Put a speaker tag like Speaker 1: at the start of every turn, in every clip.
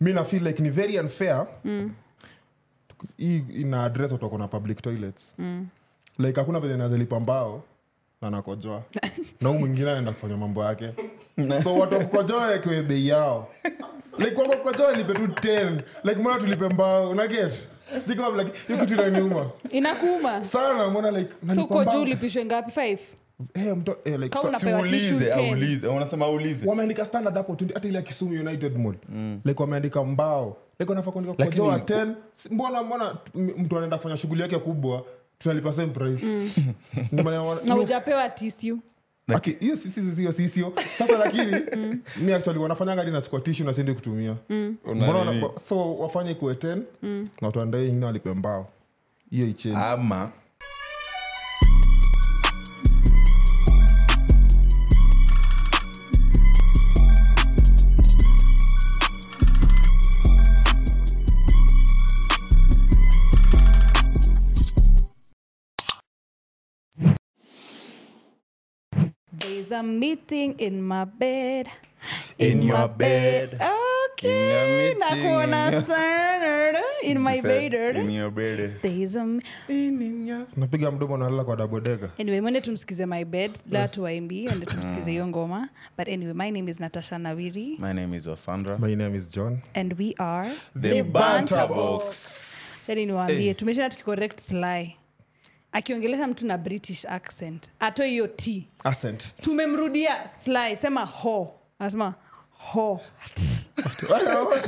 Speaker 1: mi nafeel like ni very unfair
Speaker 2: Mm.
Speaker 1: hii ina address watoko na public toilets
Speaker 2: Mm.
Speaker 1: like hakuna vile nazalipa mbao na nakojoa na huu mwingine anaenda kufanya mambo yake so watu wakukojoa wekewe bei yao like wako kukojoa lipe tu 10 like mbona tulipe mbao naget sijikamlike hiyo kitu inaniuma
Speaker 2: inakuuma
Speaker 1: sana mbona like
Speaker 2: so
Speaker 1: nalipa
Speaker 2: uko juu
Speaker 1: mbao
Speaker 2: ulipishwe ngapi five
Speaker 1: hey, mto, eh, like,
Speaker 2: Kama
Speaker 1: sa-
Speaker 2: unapewa tissue
Speaker 3: siulize
Speaker 2: 10.
Speaker 3: aulize unasema aulize
Speaker 1: wameandika standard hapo tu, hata ile ya kisumu united mall like wameandika mbao like wanafaa kuandika
Speaker 3: Mm. Lakini-
Speaker 1: kojoa 10 Si- mbona mbona m- mtu anaenda kufanya shughuli yake kubwa tunalipa same price Ndio maana wana-
Speaker 2: na ujapewa tissue
Speaker 1: Aki- hiyo si- si- si- hiyo si- sio sasa lakini mi actually wanafanya gadi nachukua tishu na siendi kutumia
Speaker 3: Una
Speaker 1: Mbona
Speaker 3: nini?
Speaker 1: wana- so wafanye kuwe 10 na watuandae ingine walipe mbao hiyo ichange
Speaker 3: ama
Speaker 2: there's a meeting in my bed
Speaker 3: In your bed. In your
Speaker 2: okay
Speaker 3: meeting, in
Speaker 2: nakuona
Speaker 3: your-
Speaker 2: sana in my
Speaker 3: She said, in
Speaker 2: bed
Speaker 3: your bed.
Speaker 2: there's a
Speaker 1: napiga mdomo nalala kwa dabodega
Speaker 2: anyway mwende tumsikize my bed
Speaker 3: Eh.
Speaker 2: la tuwaimbi ende
Speaker 3: Hmm.
Speaker 2: tumsikize hiyo ngoma but anyway my name is natasha nawiri
Speaker 3: my name is osandra
Speaker 1: my name is john
Speaker 2: and we are
Speaker 3: the banter box
Speaker 2: yani niwaambie
Speaker 3: eh.
Speaker 2: tumeshaa tukicorrect sly akiongelesha mtu na british accent atoe hiyo t
Speaker 1: Accent.
Speaker 2: tumemrudia sly sema ho anasema ho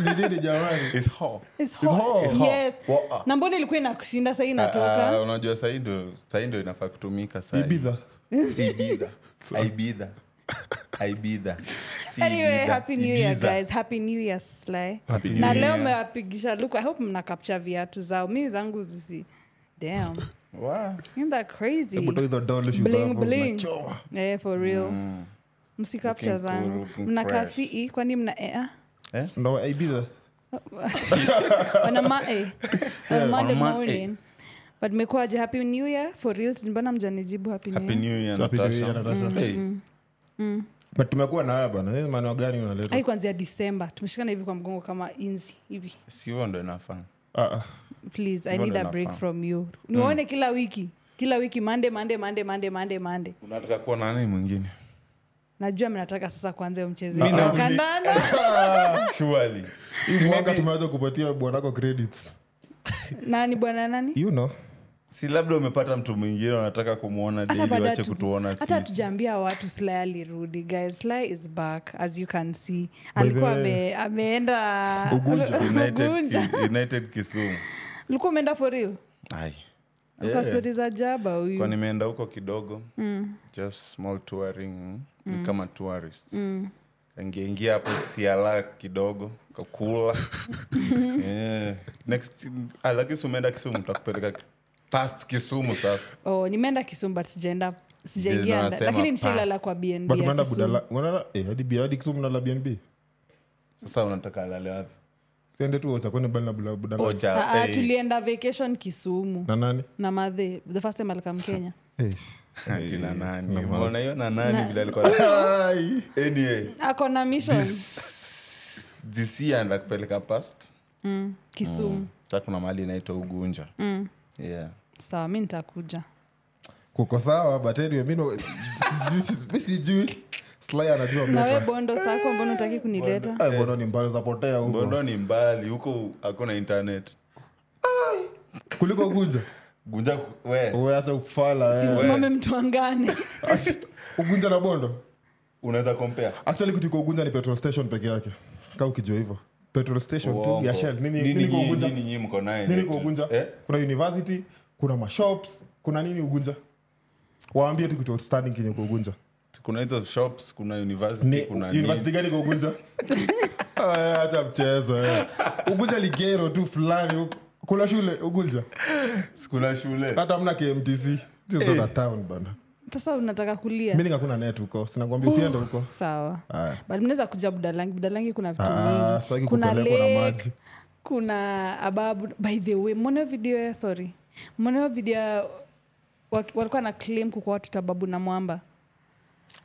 Speaker 1: Nijini jamani
Speaker 3: is hot
Speaker 2: It's
Speaker 1: It's ho.
Speaker 2: ho.
Speaker 1: It's
Speaker 3: ho.
Speaker 2: Yes.
Speaker 3: Wa-
Speaker 2: na mbona ilikuwa inakushinda sahii
Speaker 3: Ah, ah,
Speaker 2: inatoka
Speaker 3: unajua sahii ndo sahii ndo inafaa kutumika sahii.
Speaker 1: Ibidha.
Speaker 3: Ibidha. Ibidha. Ibidha. Si
Speaker 2: anyway
Speaker 3: Ibidha.
Speaker 2: happy new year
Speaker 3: Ibiza.
Speaker 2: guys happy new year sly
Speaker 3: ah, Happy
Speaker 2: na
Speaker 3: New
Speaker 2: leo
Speaker 3: Year.
Speaker 2: mewapigisha luku i hope mna capture viatu zao mi zangu zisi damn
Speaker 3: Wa-
Speaker 2: Isn't that crazy
Speaker 1: Hebu toa hizo doll shoes
Speaker 2: Bling,
Speaker 1: hapo,
Speaker 2: bling.
Speaker 1: nachoma.
Speaker 2: eh for real msikapcha
Speaker 3: Mm. Looking cool,
Speaker 2: zangu
Speaker 3: looking
Speaker 2: mna
Speaker 3: fresh.
Speaker 2: kafii kwani mna eh, ah?
Speaker 3: eh?
Speaker 1: No, I be there.
Speaker 2: on a Monday, on a Monday
Speaker 3: On Monday.
Speaker 2: morning. But mekuaje happy new year for real? Mbona mjanijibu happy new
Speaker 3: Happy
Speaker 2: year?
Speaker 3: New Year,
Speaker 1: Happy New Year,
Speaker 3: Natasha.
Speaker 1: Natasha.
Speaker 3: Hey,
Speaker 2: Mm-hmm.
Speaker 1: But tumekuwa na haya bana Hizi maneno gani unaleta
Speaker 2: Ai kuanzia December. Tumeshikana hivi kwa mgongo kama inzi hivi.
Speaker 3: si huo ndo inafaa
Speaker 1: Ah, ah.
Speaker 2: Please, I
Speaker 3: Mbona
Speaker 2: need a
Speaker 3: inafaa?
Speaker 2: break from you. Niwaone
Speaker 3: Mm.
Speaker 2: kila wiki. Kila wiki Monday, Monday, Monday, Monday, Monday, Monday.
Speaker 3: unataka kuwa nani mwingine
Speaker 2: Najua mnataka sasa kuanza hiyo mchezo.
Speaker 3: Mi
Speaker 2: wenu wa
Speaker 3: nauli-
Speaker 2: kandanda.
Speaker 3: Surely.
Speaker 1: Hii
Speaker 3: Si
Speaker 1: mwaka
Speaker 3: maybe-
Speaker 1: tumeweza kupatia bwanako credits
Speaker 2: Nani bwana nani?
Speaker 1: you know
Speaker 3: si labda umepata mtu mwingine unataka kumwona
Speaker 2: Hata
Speaker 3: daily
Speaker 2: baada
Speaker 3: wache
Speaker 2: tu-
Speaker 3: kutuona
Speaker 2: hata
Speaker 3: sisi
Speaker 2: tujaambia watu Sly alirudi guys. Sly is back as you can see.
Speaker 1: By the
Speaker 2: Alikuwa
Speaker 1: way.
Speaker 2: ame, ameenda
Speaker 1: Ugunja.
Speaker 3: United
Speaker 2: Ugunja.
Speaker 3: Ki- United Kisumu.
Speaker 2: ulikuwa umeenda for real
Speaker 3: Ai.
Speaker 2: yeah. stori za jaba
Speaker 3: kwa
Speaker 2: huyu
Speaker 3: nimeenda huko kidogo mm. just small touring mm. Ni kama tourist mm. kaingiaingia hapo siala kidogo kakula yeah. next ah, lakini si umeenda kisumu takupeleka past kisumu sasa
Speaker 2: oh, nimeenda kisumu but sijaenda
Speaker 3: Ndio
Speaker 2: sijaingia nda-
Speaker 3: nasema
Speaker 2: lakini nishailala
Speaker 3: pass.
Speaker 2: kwa BNB
Speaker 1: but
Speaker 2: ya
Speaker 1: unaenda
Speaker 2: Kisumu.
Speaker 1: budala unaenda eh hadi bia hadi kisumu nala bnb
Speaker 3: sasa unataka alale wapi
Speaker 1: siende tu ochakoni bali na budala budala
Speaker 3: Ocha,
Speaker 2: Ah, ah,
Speaker 3: eh,
Speaker 2: tulienda vacation kisumu
Speaker 1: na nani
Speaker 2: na madhe the first time alikam kenya
Speaker 1: Eh.
Speaker 3: ati na nani?
Speaker 1: Na ma-
Speaker 3: Unaona hiyo na nani vile alikuwa
Speaker 1: Ai.
Speaker 3: Anyway,
Speaker 2: ako na mission
Speaker 3: this- this year anaenda kupeleka past
Speaker 2: mm, kisumu mm.
Speaker 3: sa kuna mahali inaitwa ugunja yeah.
Speaker 2: sawa mi nitakuja
Speaker 1: kuko sawa but anyway mi no- sijui- mi sijui sly anajua
Speaker 2: nawe
Speaker 1: better
Speaker 2: bondo sako mbona utaki kunileta
Speaker 1: Ai, bono ni mbali zapotea huko
Speaker 3: bondo ni mbali huko hakuna internet
Speaker 1: kuliko gunja
Speaker 3: gunja ku- we
Speaker 1: uweacha kufala eh.
Speaker 2: simsimame mtu angane
Speaker 1: ugunja na bondo
Speaker 3: unaweza compare
Speaker 1: actually kutika ugunja ni petrol station peke yake ka ukijua hivyo petrol station tu ya
Speaker 3: Uongo.
Speaker 1: shell nini
Speaker 3: Nini
Speaker 1: nini kwa
Speaker 3: nyinyi-
Speaker 1: ugunja
Speaker 3: nini nyinyi mko naye
Speaker 1: nini
Speaker 3: ni-
Speaker 1: kwa ugunja
Speaker 3: eh?
Speaker 1: kuna university kuna mashops kuna nini ugunja waambie tu kitu outstanding kenye kwa ugunja
Speaker 3: kuna hizo shops kuna university
Speaker 1: ni
Speaker 3: kuna
Speaker 1: university gani kwa ugunja Aya, acha mchezo eh. ugunja ligero tu fulani huko. kuna shule ugunja
Speaker 3: nini. kuna shule
Speaker 1: hata mna kmtc This is not
Speaker 3: Eh.
Speaker 1: a town bana
Speaker 2: sasa unataka kulia
Speaker 1: meaning hakuna net huko sinakwambia usiende huko
Speaker 2: sawa
Speaker 1: Aya.
Speaker 2: but mnaweza kuja budalangi budalangi kuna vitu
Speaker 1: Ah, sitaki
Speaker 2: vingi kuna
Speaker 1: kupelekwa na
Speaker 2: lake,
Speaker 1: maji.
Speaker 2: kuna ababu by the way mwana video ya sorry mwana video ya- wa- walikuwa na claim kukuwa watoto ababu na mwamba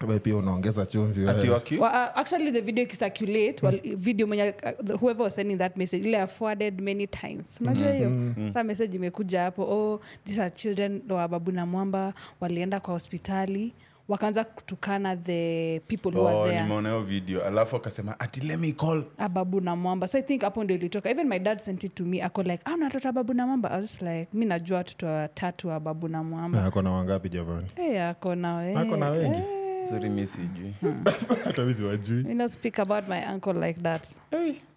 Speaker 1: Wewe pia unaongeza chumvi
Speaker 3: ati
Speaker 1: wewe.
Speaker 3: waki
Speaker 2: Well, uh, actually the video ikisirculate well,
Speaker 1: Hmm.
Speaker 2: video mwenye uh, the- whoever was sending that message ile afforded many
Speaker 1: Hmm.
Speaker 2: times unajua hiyo sa message imekuja hapo oh, these are children wa babu na mwamba walienda kwa hospitali wakaanza kutukana the people who
Speaker 3: oh,
Speaker 2: are there
Speaker 3: nimeona hiyo video alafu akasema ati let me call
Speaker 2: Ah, babu na mwamba so i think hapo ndio ilitoka even my dad sent it to me ako like ah, una watoto wa babu na mwamba i was just like mi najua watoto watatu wa babu na mwamba
Speaker 1: Na ako na wangapi javani
Speaker 2: hey, ako na eh. we
Speaker 1: Hmm. ako na wengi
Speaker 3: sorry mi sijui
Speaker 1: hata mi siwajui
Speaker 2: we not speak about my uncle like that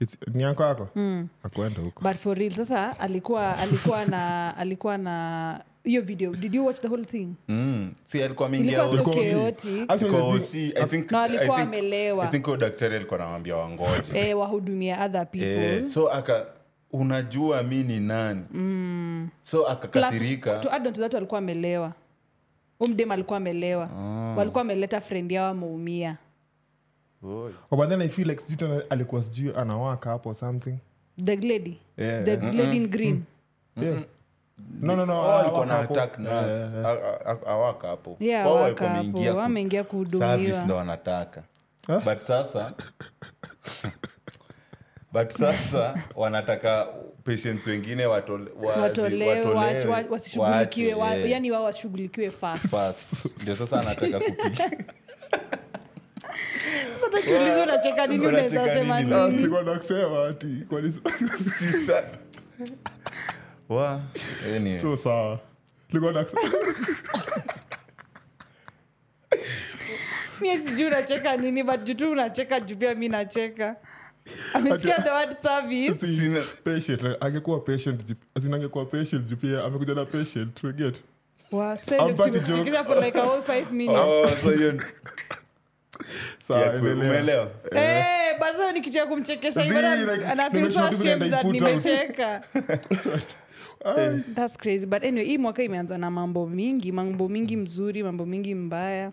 Speaker 1: It's- ni ako ako
Speaker 2: Hmm.
Speaker 1: akuenda huko
Speaker 2: but for real sasa alikuwa alikuwa na alikuwa na hiyo video did you watch the whole thing
Speaker 3: mm. si alikuwa
Speaker 2: ilikuwa so
Speaker 1: Ulikuwa usi.
Speaker 3: mingia
Speaker 2: chaotic
Speaker 1: Actually, the thing-
Speaker 2: na walikuwa amelewa
Speaker 3: huyo daktari alikuwa nawambia wangoje
Speaker 2: eh, wahudumia other people
Speaker 3: eh, so aka unajua mi ni nani mm. so akakasirika
Speaker 2: Plus, to add on to that walikuwa amelewa umdem alikuwa amelewa
Speaker 3: Ah.
Speaker 2: walikuwa ameleta friend yao ameumia
Speaker 3: Oi.
Speaker 1: Oh, but then i feel like sijui tena alikuwa sijui anawaka hapo something
Speaker 2: the lady
Speaker 3: Eh,
Speaker 1: Yeah.
Speaker 3: mm,
Speaker 2: the lady in green
Speaker 1: Yeah. no no no
Speaker 3: Oh, alikuwa na
Speaker 1: anawaka hapo.
Speaker 3: attack
Speaker 1: Yeah.
Speaker 3: nurse. A- a- a- awaka hapo
Speaker 2: yeah
Speaker 3: Wao
Speaker 2: waka
Speaker 3: walikuwa
Speaker 2: hapo
Speaker 3: wameingia ku-
Speaker 2: wameingia
Speaker 3: service ndo
Speaker 2: kuhudumiwa
Speaker 3: wanataka
Speaker 1: Huh?
Speaker 3: but sasa but sasa wanataka patients wengine watole- wazi-
Speaker 2: watolewe
Speaker 3: watolewe,
Speaker 2: wach- wach- wasishughulikiwe wa-
Speaker 3: waachwe, eh,
Speaker 2: yani wao washughulikiwe fast
Speaker 3: fast. ndio sasa anataka kupiga
Speaker 2: sasa tukiulizwa unacheka nini
Speaker 3: Unacheka
Speaker 2: unaweza sema
Speaker 3: nini?
Speaker 2: nini
Speaker 1: Ah, nilikuwa nakusema ati kwa nis-
Speaker 3: Sisa. Wa, anyway.
Speaker 1: so sawa nilikuwa nakusema
Speaker 2: mi sijui unacheka nini but jutu unacheka juu pia mi nacheka amesikia the word service
Speaker 3: Sina-
Speaker 1: patient like, angekuwa patient ju- as in angekuwa patient ju pia amekuja na patient to get
Speaker 2: Wa, send it to me.
Speaker 1: Ampati joke.
Speaker 2: Chekesha for like a whole five minutes.
Speaker 3: Oh, so hiyo-
Speaker 1: sawa
Speaker 3: ya kwe-
Speaker 1: endelea
Speaker 3: umeelewa
Speaker 2: Eh, but sasa nikitu ya kumchekesha
Speaker 1: Zii,
Speaker 2: hivyo ana-
Speaker 1: like,
Speaker 2: ana feel
Speaker 1: nimeshow
Speaker 2: so
Speaker 1: tu
Speaker 2: ashamed
Speaker 1: vile
Speaker 2: that
Speaker 1: nitaiput out.
Speaker 2: nimecheka.
Speaker 3: Eh.
Speaker 2: That's crazy. But anyway, hii mwaka imeanza na mambo mingi mambo
Speaker 1: Mm.
Speaker 2: mingi mzuri mambo mingi mbaya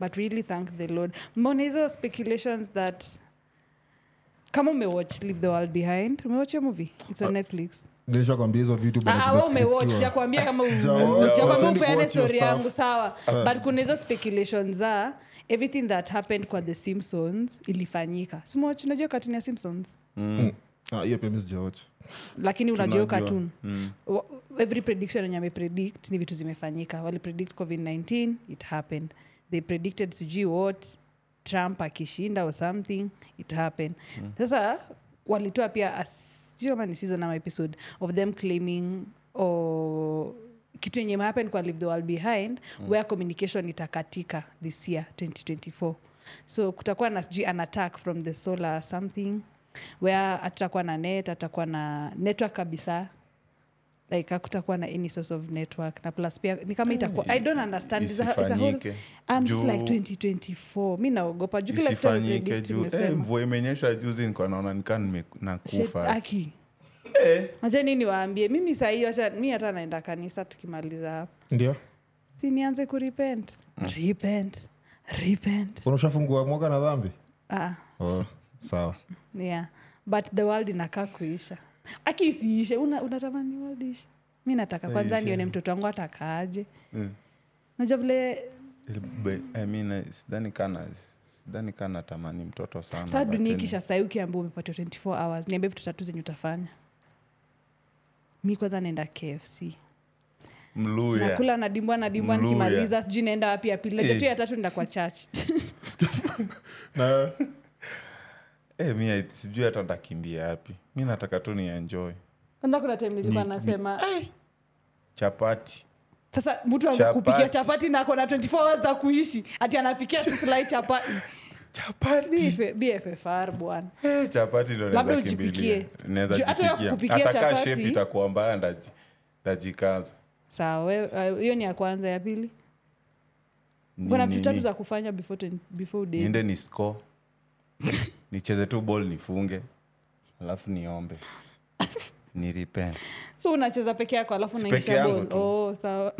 Speaker 2: but really thank the lord mbona hizo speculations that kama umewatch leave the world behind umewatch your movie its
Speaker 1: Ah.
Speaker 2: on netflix
Speaker 1: nilishakwambia hizo vitu bwana,
Speaker 2: Ah, ah,
Speaker 1: zina
Speaker 2: wewe umewatch
Speaker 1: scriptiwa.
Speaker 2: sijakwambia kama u-
Speaker 1: Sijaona.
Speaker 2: sijakwambia
Speaker 1: Sipendi
Speaker 2: upeane
Speaker 1: kuwatch hiyo
Speaker 2: story
Speaker 1: stuff.
Speaker 2: yangu sawa but kuna hizo speculation za everything that happened kwa the simpsons ilifanyika simwach unajua katun ya simpsons
Speaker 1: Mm. Ah, hiyo pia mi sijaoch
Speaker 2: lakini unajua
Speaker 3: Tunajua.
Speaker 2: katun Wa- every prediction wenye amepredict ni vitu zimefanyika walipredict covid-19 it happened they predicted sijui what trump akishinda or something it happened sasa walitoa pia a- sijui kama ni season ama episode of them claiming or kitu yenye happen kwa leave the world behind mm. where communication itakatika this year 2024 so kutakuwa na sijui an attack from the solar something where hatutakuwa na net atakuwa na network kabisa like hakutakuwa na any source of network na plus pia ni kama itakuwa i don't understand It's a- it's a whole-
Speaker 3: Isifanyike.
Speaker 2: I'm
Speaker 3: Juu-
Speaker 2: just like 2024 mi naogopa juu kila kitu
Speaker 3: isifanyike
Speaker 2: predict
Speaker 3: juu Eh,
Speaker 2: imesema
Speaker 3: mvua imenyesha juzi nikuwa naona nikaa
Speaker 2: Shit,
Speaker 3: nakufa
Speaker 2: aki
Speaker 3: Eh.
Speaker 2: acha nini waambie mimi sahii acha mi hata naenda kanisa tukimaliza hapa
Speaker 1: ndio
Speaker 2: si nianze kurepent
Speaker 3: Mm.
Speaker 2: repent repent
Speaker 1: kuna ushafungua mwaka na dhambi
Speaker 2: ah,
Speaker 1: oh, sawa
Speaker 2: yeah but the world inakaa kuisha aki isiishe Una- unatamani world ishe mi nataka kwanza nione mtoto wangu atakaaje
Speaker 3: Eh.
Speaker 2: najua vile
Speaker 3: sidhani kana sidhani kana tamani mtoto sana
Speaker 2: saa
Speaker 3: but
Speaker 2: dunia
Speaker 3: anyway.
Speaker 2: ikisha sai ukiambia umepatia 24 hours niambia vitu tatu zenye utafanya mi kwanza naenda kfc
Speaker 3: mluya
Speaker 2: nakula nadimbwa nadimbwa
Speaker 3: Oh, Mluya.
Speaker 2: nikimaliza sijui naenda wapi ya pili najua
Speaker 3: Eh.
Speaker 2: tu ya tatu naenda kwa church
Speaker 1: na
Speaker 3: Eh, mi I- sijui hata ndakimbia hapi mi nataka tu ni enjoy
Speaker 2: kwanza kuna time nilikuwa nasema
Speaker 3: chapati
Speaker 2: sasa mtu anza
Speaker 3: Eh. Chapati.
Speaker 2: kupikia chapati na kona 24 hours za kuishi ati anapikia tu slai chapati
Speaker 3: chapati
Speaker 2: BF- bffr bwana
Speaker 3: eh, chapati ndo
Speaker 2: Labda
Speaker 3: naeza kimbilia.
Speaker 2: ujipikie.
Speaker 3: Naeza
Speaker 2: Ju- hata ya
Speaker 3: jipikia.
Speaker 2: kupikia
Speaker 3: Hata kaa
Speaker 2: chapati.
Speaker 3: shape itakuwa mbaya ndaji- ndajikaza
Speaker 2: sawa we- uh, hiyo ni ya kwanza ya pili
Speaker 3: Ni-
Speaker 2: kuna
Speaker 3: ni-
Speaker 2: vitu tatu
Speaker 3: ni-
Speaker 2: za kufanya before, ten- before day
Speaker 3: niende ni score nicheze tu ball nifunge alafu niombe ni repent
Speaker 2: so unacheza peke yako alafu
Speaker 3: Si
Speaker 2: unaingisha
Speaker 3: peke yangu
Speaker 2: ball.
Speaker 3: tu.
Speaker 2: Oh, sawa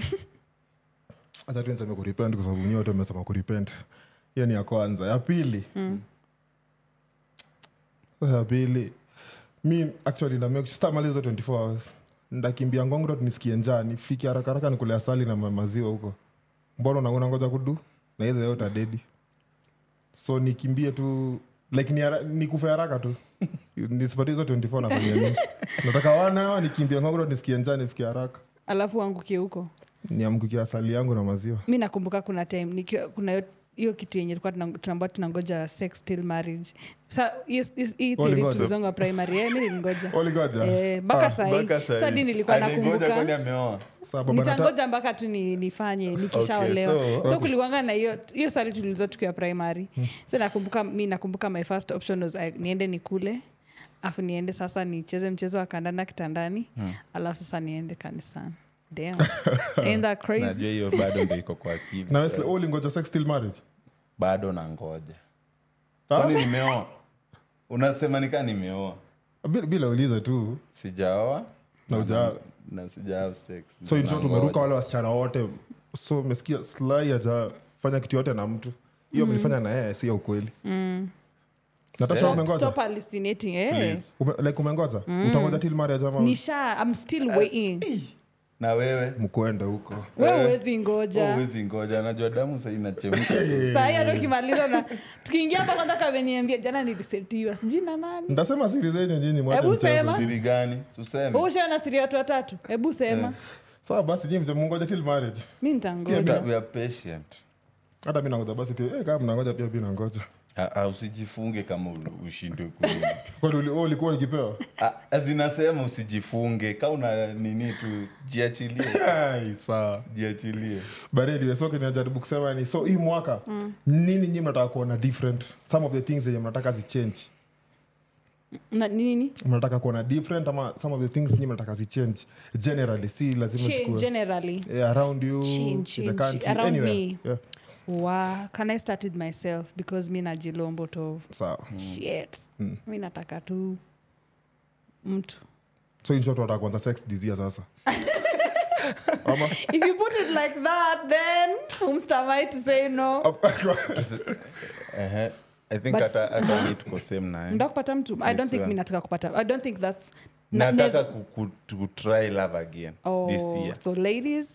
Speaker 1: hata tu niseme kurepent kwa sababu nyote mmesema kurepent hiyo ni ya kwanza ya pili Sasa ya pili mi actually na make sitamaliza 24 hours ndakimbia ngongo ndo nisikie njaa nifiki haraka haraka nikule asali na ma- maziwa huko mbona unaona ngoja kudu na either yote adedi so nikimbie tu like ni, hara- ni kufe haraka tu nisipatie hizo 24 nafanyia nini nataka wanawa nikimbia ngogro nisikie njaa nifikie haraka
Speaker 2: alafu angukie huko
Speaker 1: niamkukia asali yangu na maziwa
Speaker 2: mi nakumbuka kuna time nikiwa kuna hiyo- hiyo kitu yenye tulikuwa tuna- tunaambiwa tunangoja sex till marriage sa hiyo- hiyo-
Speaker 3: Oh,
Speaker 2: hii theory
Speaker 1: Walingoja.
Speaker 2: tulizonga primary eh, mi nilingoja
Speaker 1: oligoja
Speaker 2: Eh, mpaka
Speaker 3: Ah, Mpaka
Speaker 2: sahii
Speaker 3: sahi.
Speaker 2: sadi nilikuwa
Speaker 3: Anaingoja kwani
Speaker 2: nakumbuka
Speaker 3: ameoa
Speaker 1: sasa baba nata-
Speaker 2: nitangoja mpaka tu ni, nifanye nikishaolewa
Speaker 3: Okay, Hmm. so-
Speaker 2: so, kulikuanga na hiyo hiyo swali tulizo tukiwa primary so nakumbuka mi nakumbuka my first option was I, niende nikule afu niende sasa nicheze mchezo wa kandanda kitandani
Speaker 3: Hmm.
Speaker 2: alafu sasa niende kanisani Damn. Ain't that crazy
Speaker 3: najua hiyo bado ndo iko kwa akili
Speaker 1: na Wesley, wewe ulingoja sex till marriage
Speaker 3: bado nangoja
Speaker 1: Ah?
Speaker 3: kwani nimeoa unasema nikaa nimeoa
Speaker 1: Bila- bila uliza tu
Speaker 3: sijaoa
Speaker 1: Na huja-
Speaker 3: na sija have sex
Speaker 1: so
Speaker 3: Ndo
Speaker 1: hicho
Speaker 3: nangoja.
Speaker 1: tumeruka wale wasichana wote so umesikia sly hajafanya kitu yote na mtu
Speaker 2: Mm.
Speaker 1: hiyo mlifanya na yeye si ya ukweli natasha
Speaker 3: Stop,
Speaker 1: umengoja
Speaker 2: stop Mm. hallucinating eh.
Speaker 3: Please.
Speaker 1: Ume, like umengoja utangoja till marriage ama
Speaker 2: nisha i'm still waiting
Speaker 3: na wewe
Speaker 1: mkwenda huko
Speaker 2: we uwezi ngoja
Speaker 3: uwezi ngoja najua damu sahii inachemka
Speaker 2: sahii hata ukimaliza na tukiingia hapa kwanza kaveniambia jana nilisetiwa sijui na nani
Speaker 1: ndasema siri zenyu nyinyi mwache
Speaker 2: Hebu
Speaker 1: mchezo.
Speaker 2: sema.
Speaker 3: siri gani suseme
Speaker 2: ushaona siri ya watu watatu hebu sema
Speaker 1: sawa basi nyinyi mche- mungoja till marriage
Speaker 2: mi
Speaker 3: We
Speaker 2: nitangoja
Speaker 3: are- we are patient
Speaker 1: hata mi nangoja basi till- eh, kama mnangoja pia mi nangoja
Speaker 3: Ah, ah, usijifunge kama ul- ushindwe ku
Speaker 1: kwani uli- wewe ulikuwa ukipewa
Speaker 3: Ah, ah, zinasema usijifunge ka una nini tu jiachilie
Speaker 1: Ai, sawa
Speaker 3: jiachilie
Speaker 1: but anyway, so kinajaribu kusema ni so hii mwaka
Speaker 2: Mm.
Speaker 1: nini nyi mnataka kuona different some of the things zenye mnataka zichange
Speaker 2: Na nini
Speaker 1: mnataka kuona different ama some of the things nyi mnataka zichange generally si lazima
Speaker 2: Change
Speaker 1: zikuwe
Speaker 2: generally
Speaker 1: Yeah, around you
Speaker 2: Change,
Speaker 1: in the
Speaker 2: change,
Speaker 1: country,
Speaker 2: around
Speaker 1: anywhere.
Speaker 2: me.
Speaker 1: Yeah,
Speaker 2: wow. can i start with myself because mi najilombo to
Speaker 1: sawa
Speaker 2: shit mi nataka tu mtu
Speaker 1: so in short wataka kuanza sex this year sasa ama
Speaker 2: if you put it like that then humstamai to say no
Speaker 3: Ehe. i think
Speaker 2: But-
Speaker 3: hata hata mi tuko same naye
Speaker 2: Nataka kupata mtu i don't think
Speaker 3: sir.
Speaker 2: mi nataka kupata i don't think that's na-
Speaker 3: nataka
Speaker 2: neza-
Speaker 3: ku- ku- kutry love again
Speaker 2: Oh,
Speaker 3: this year
Speaker 2: so ladies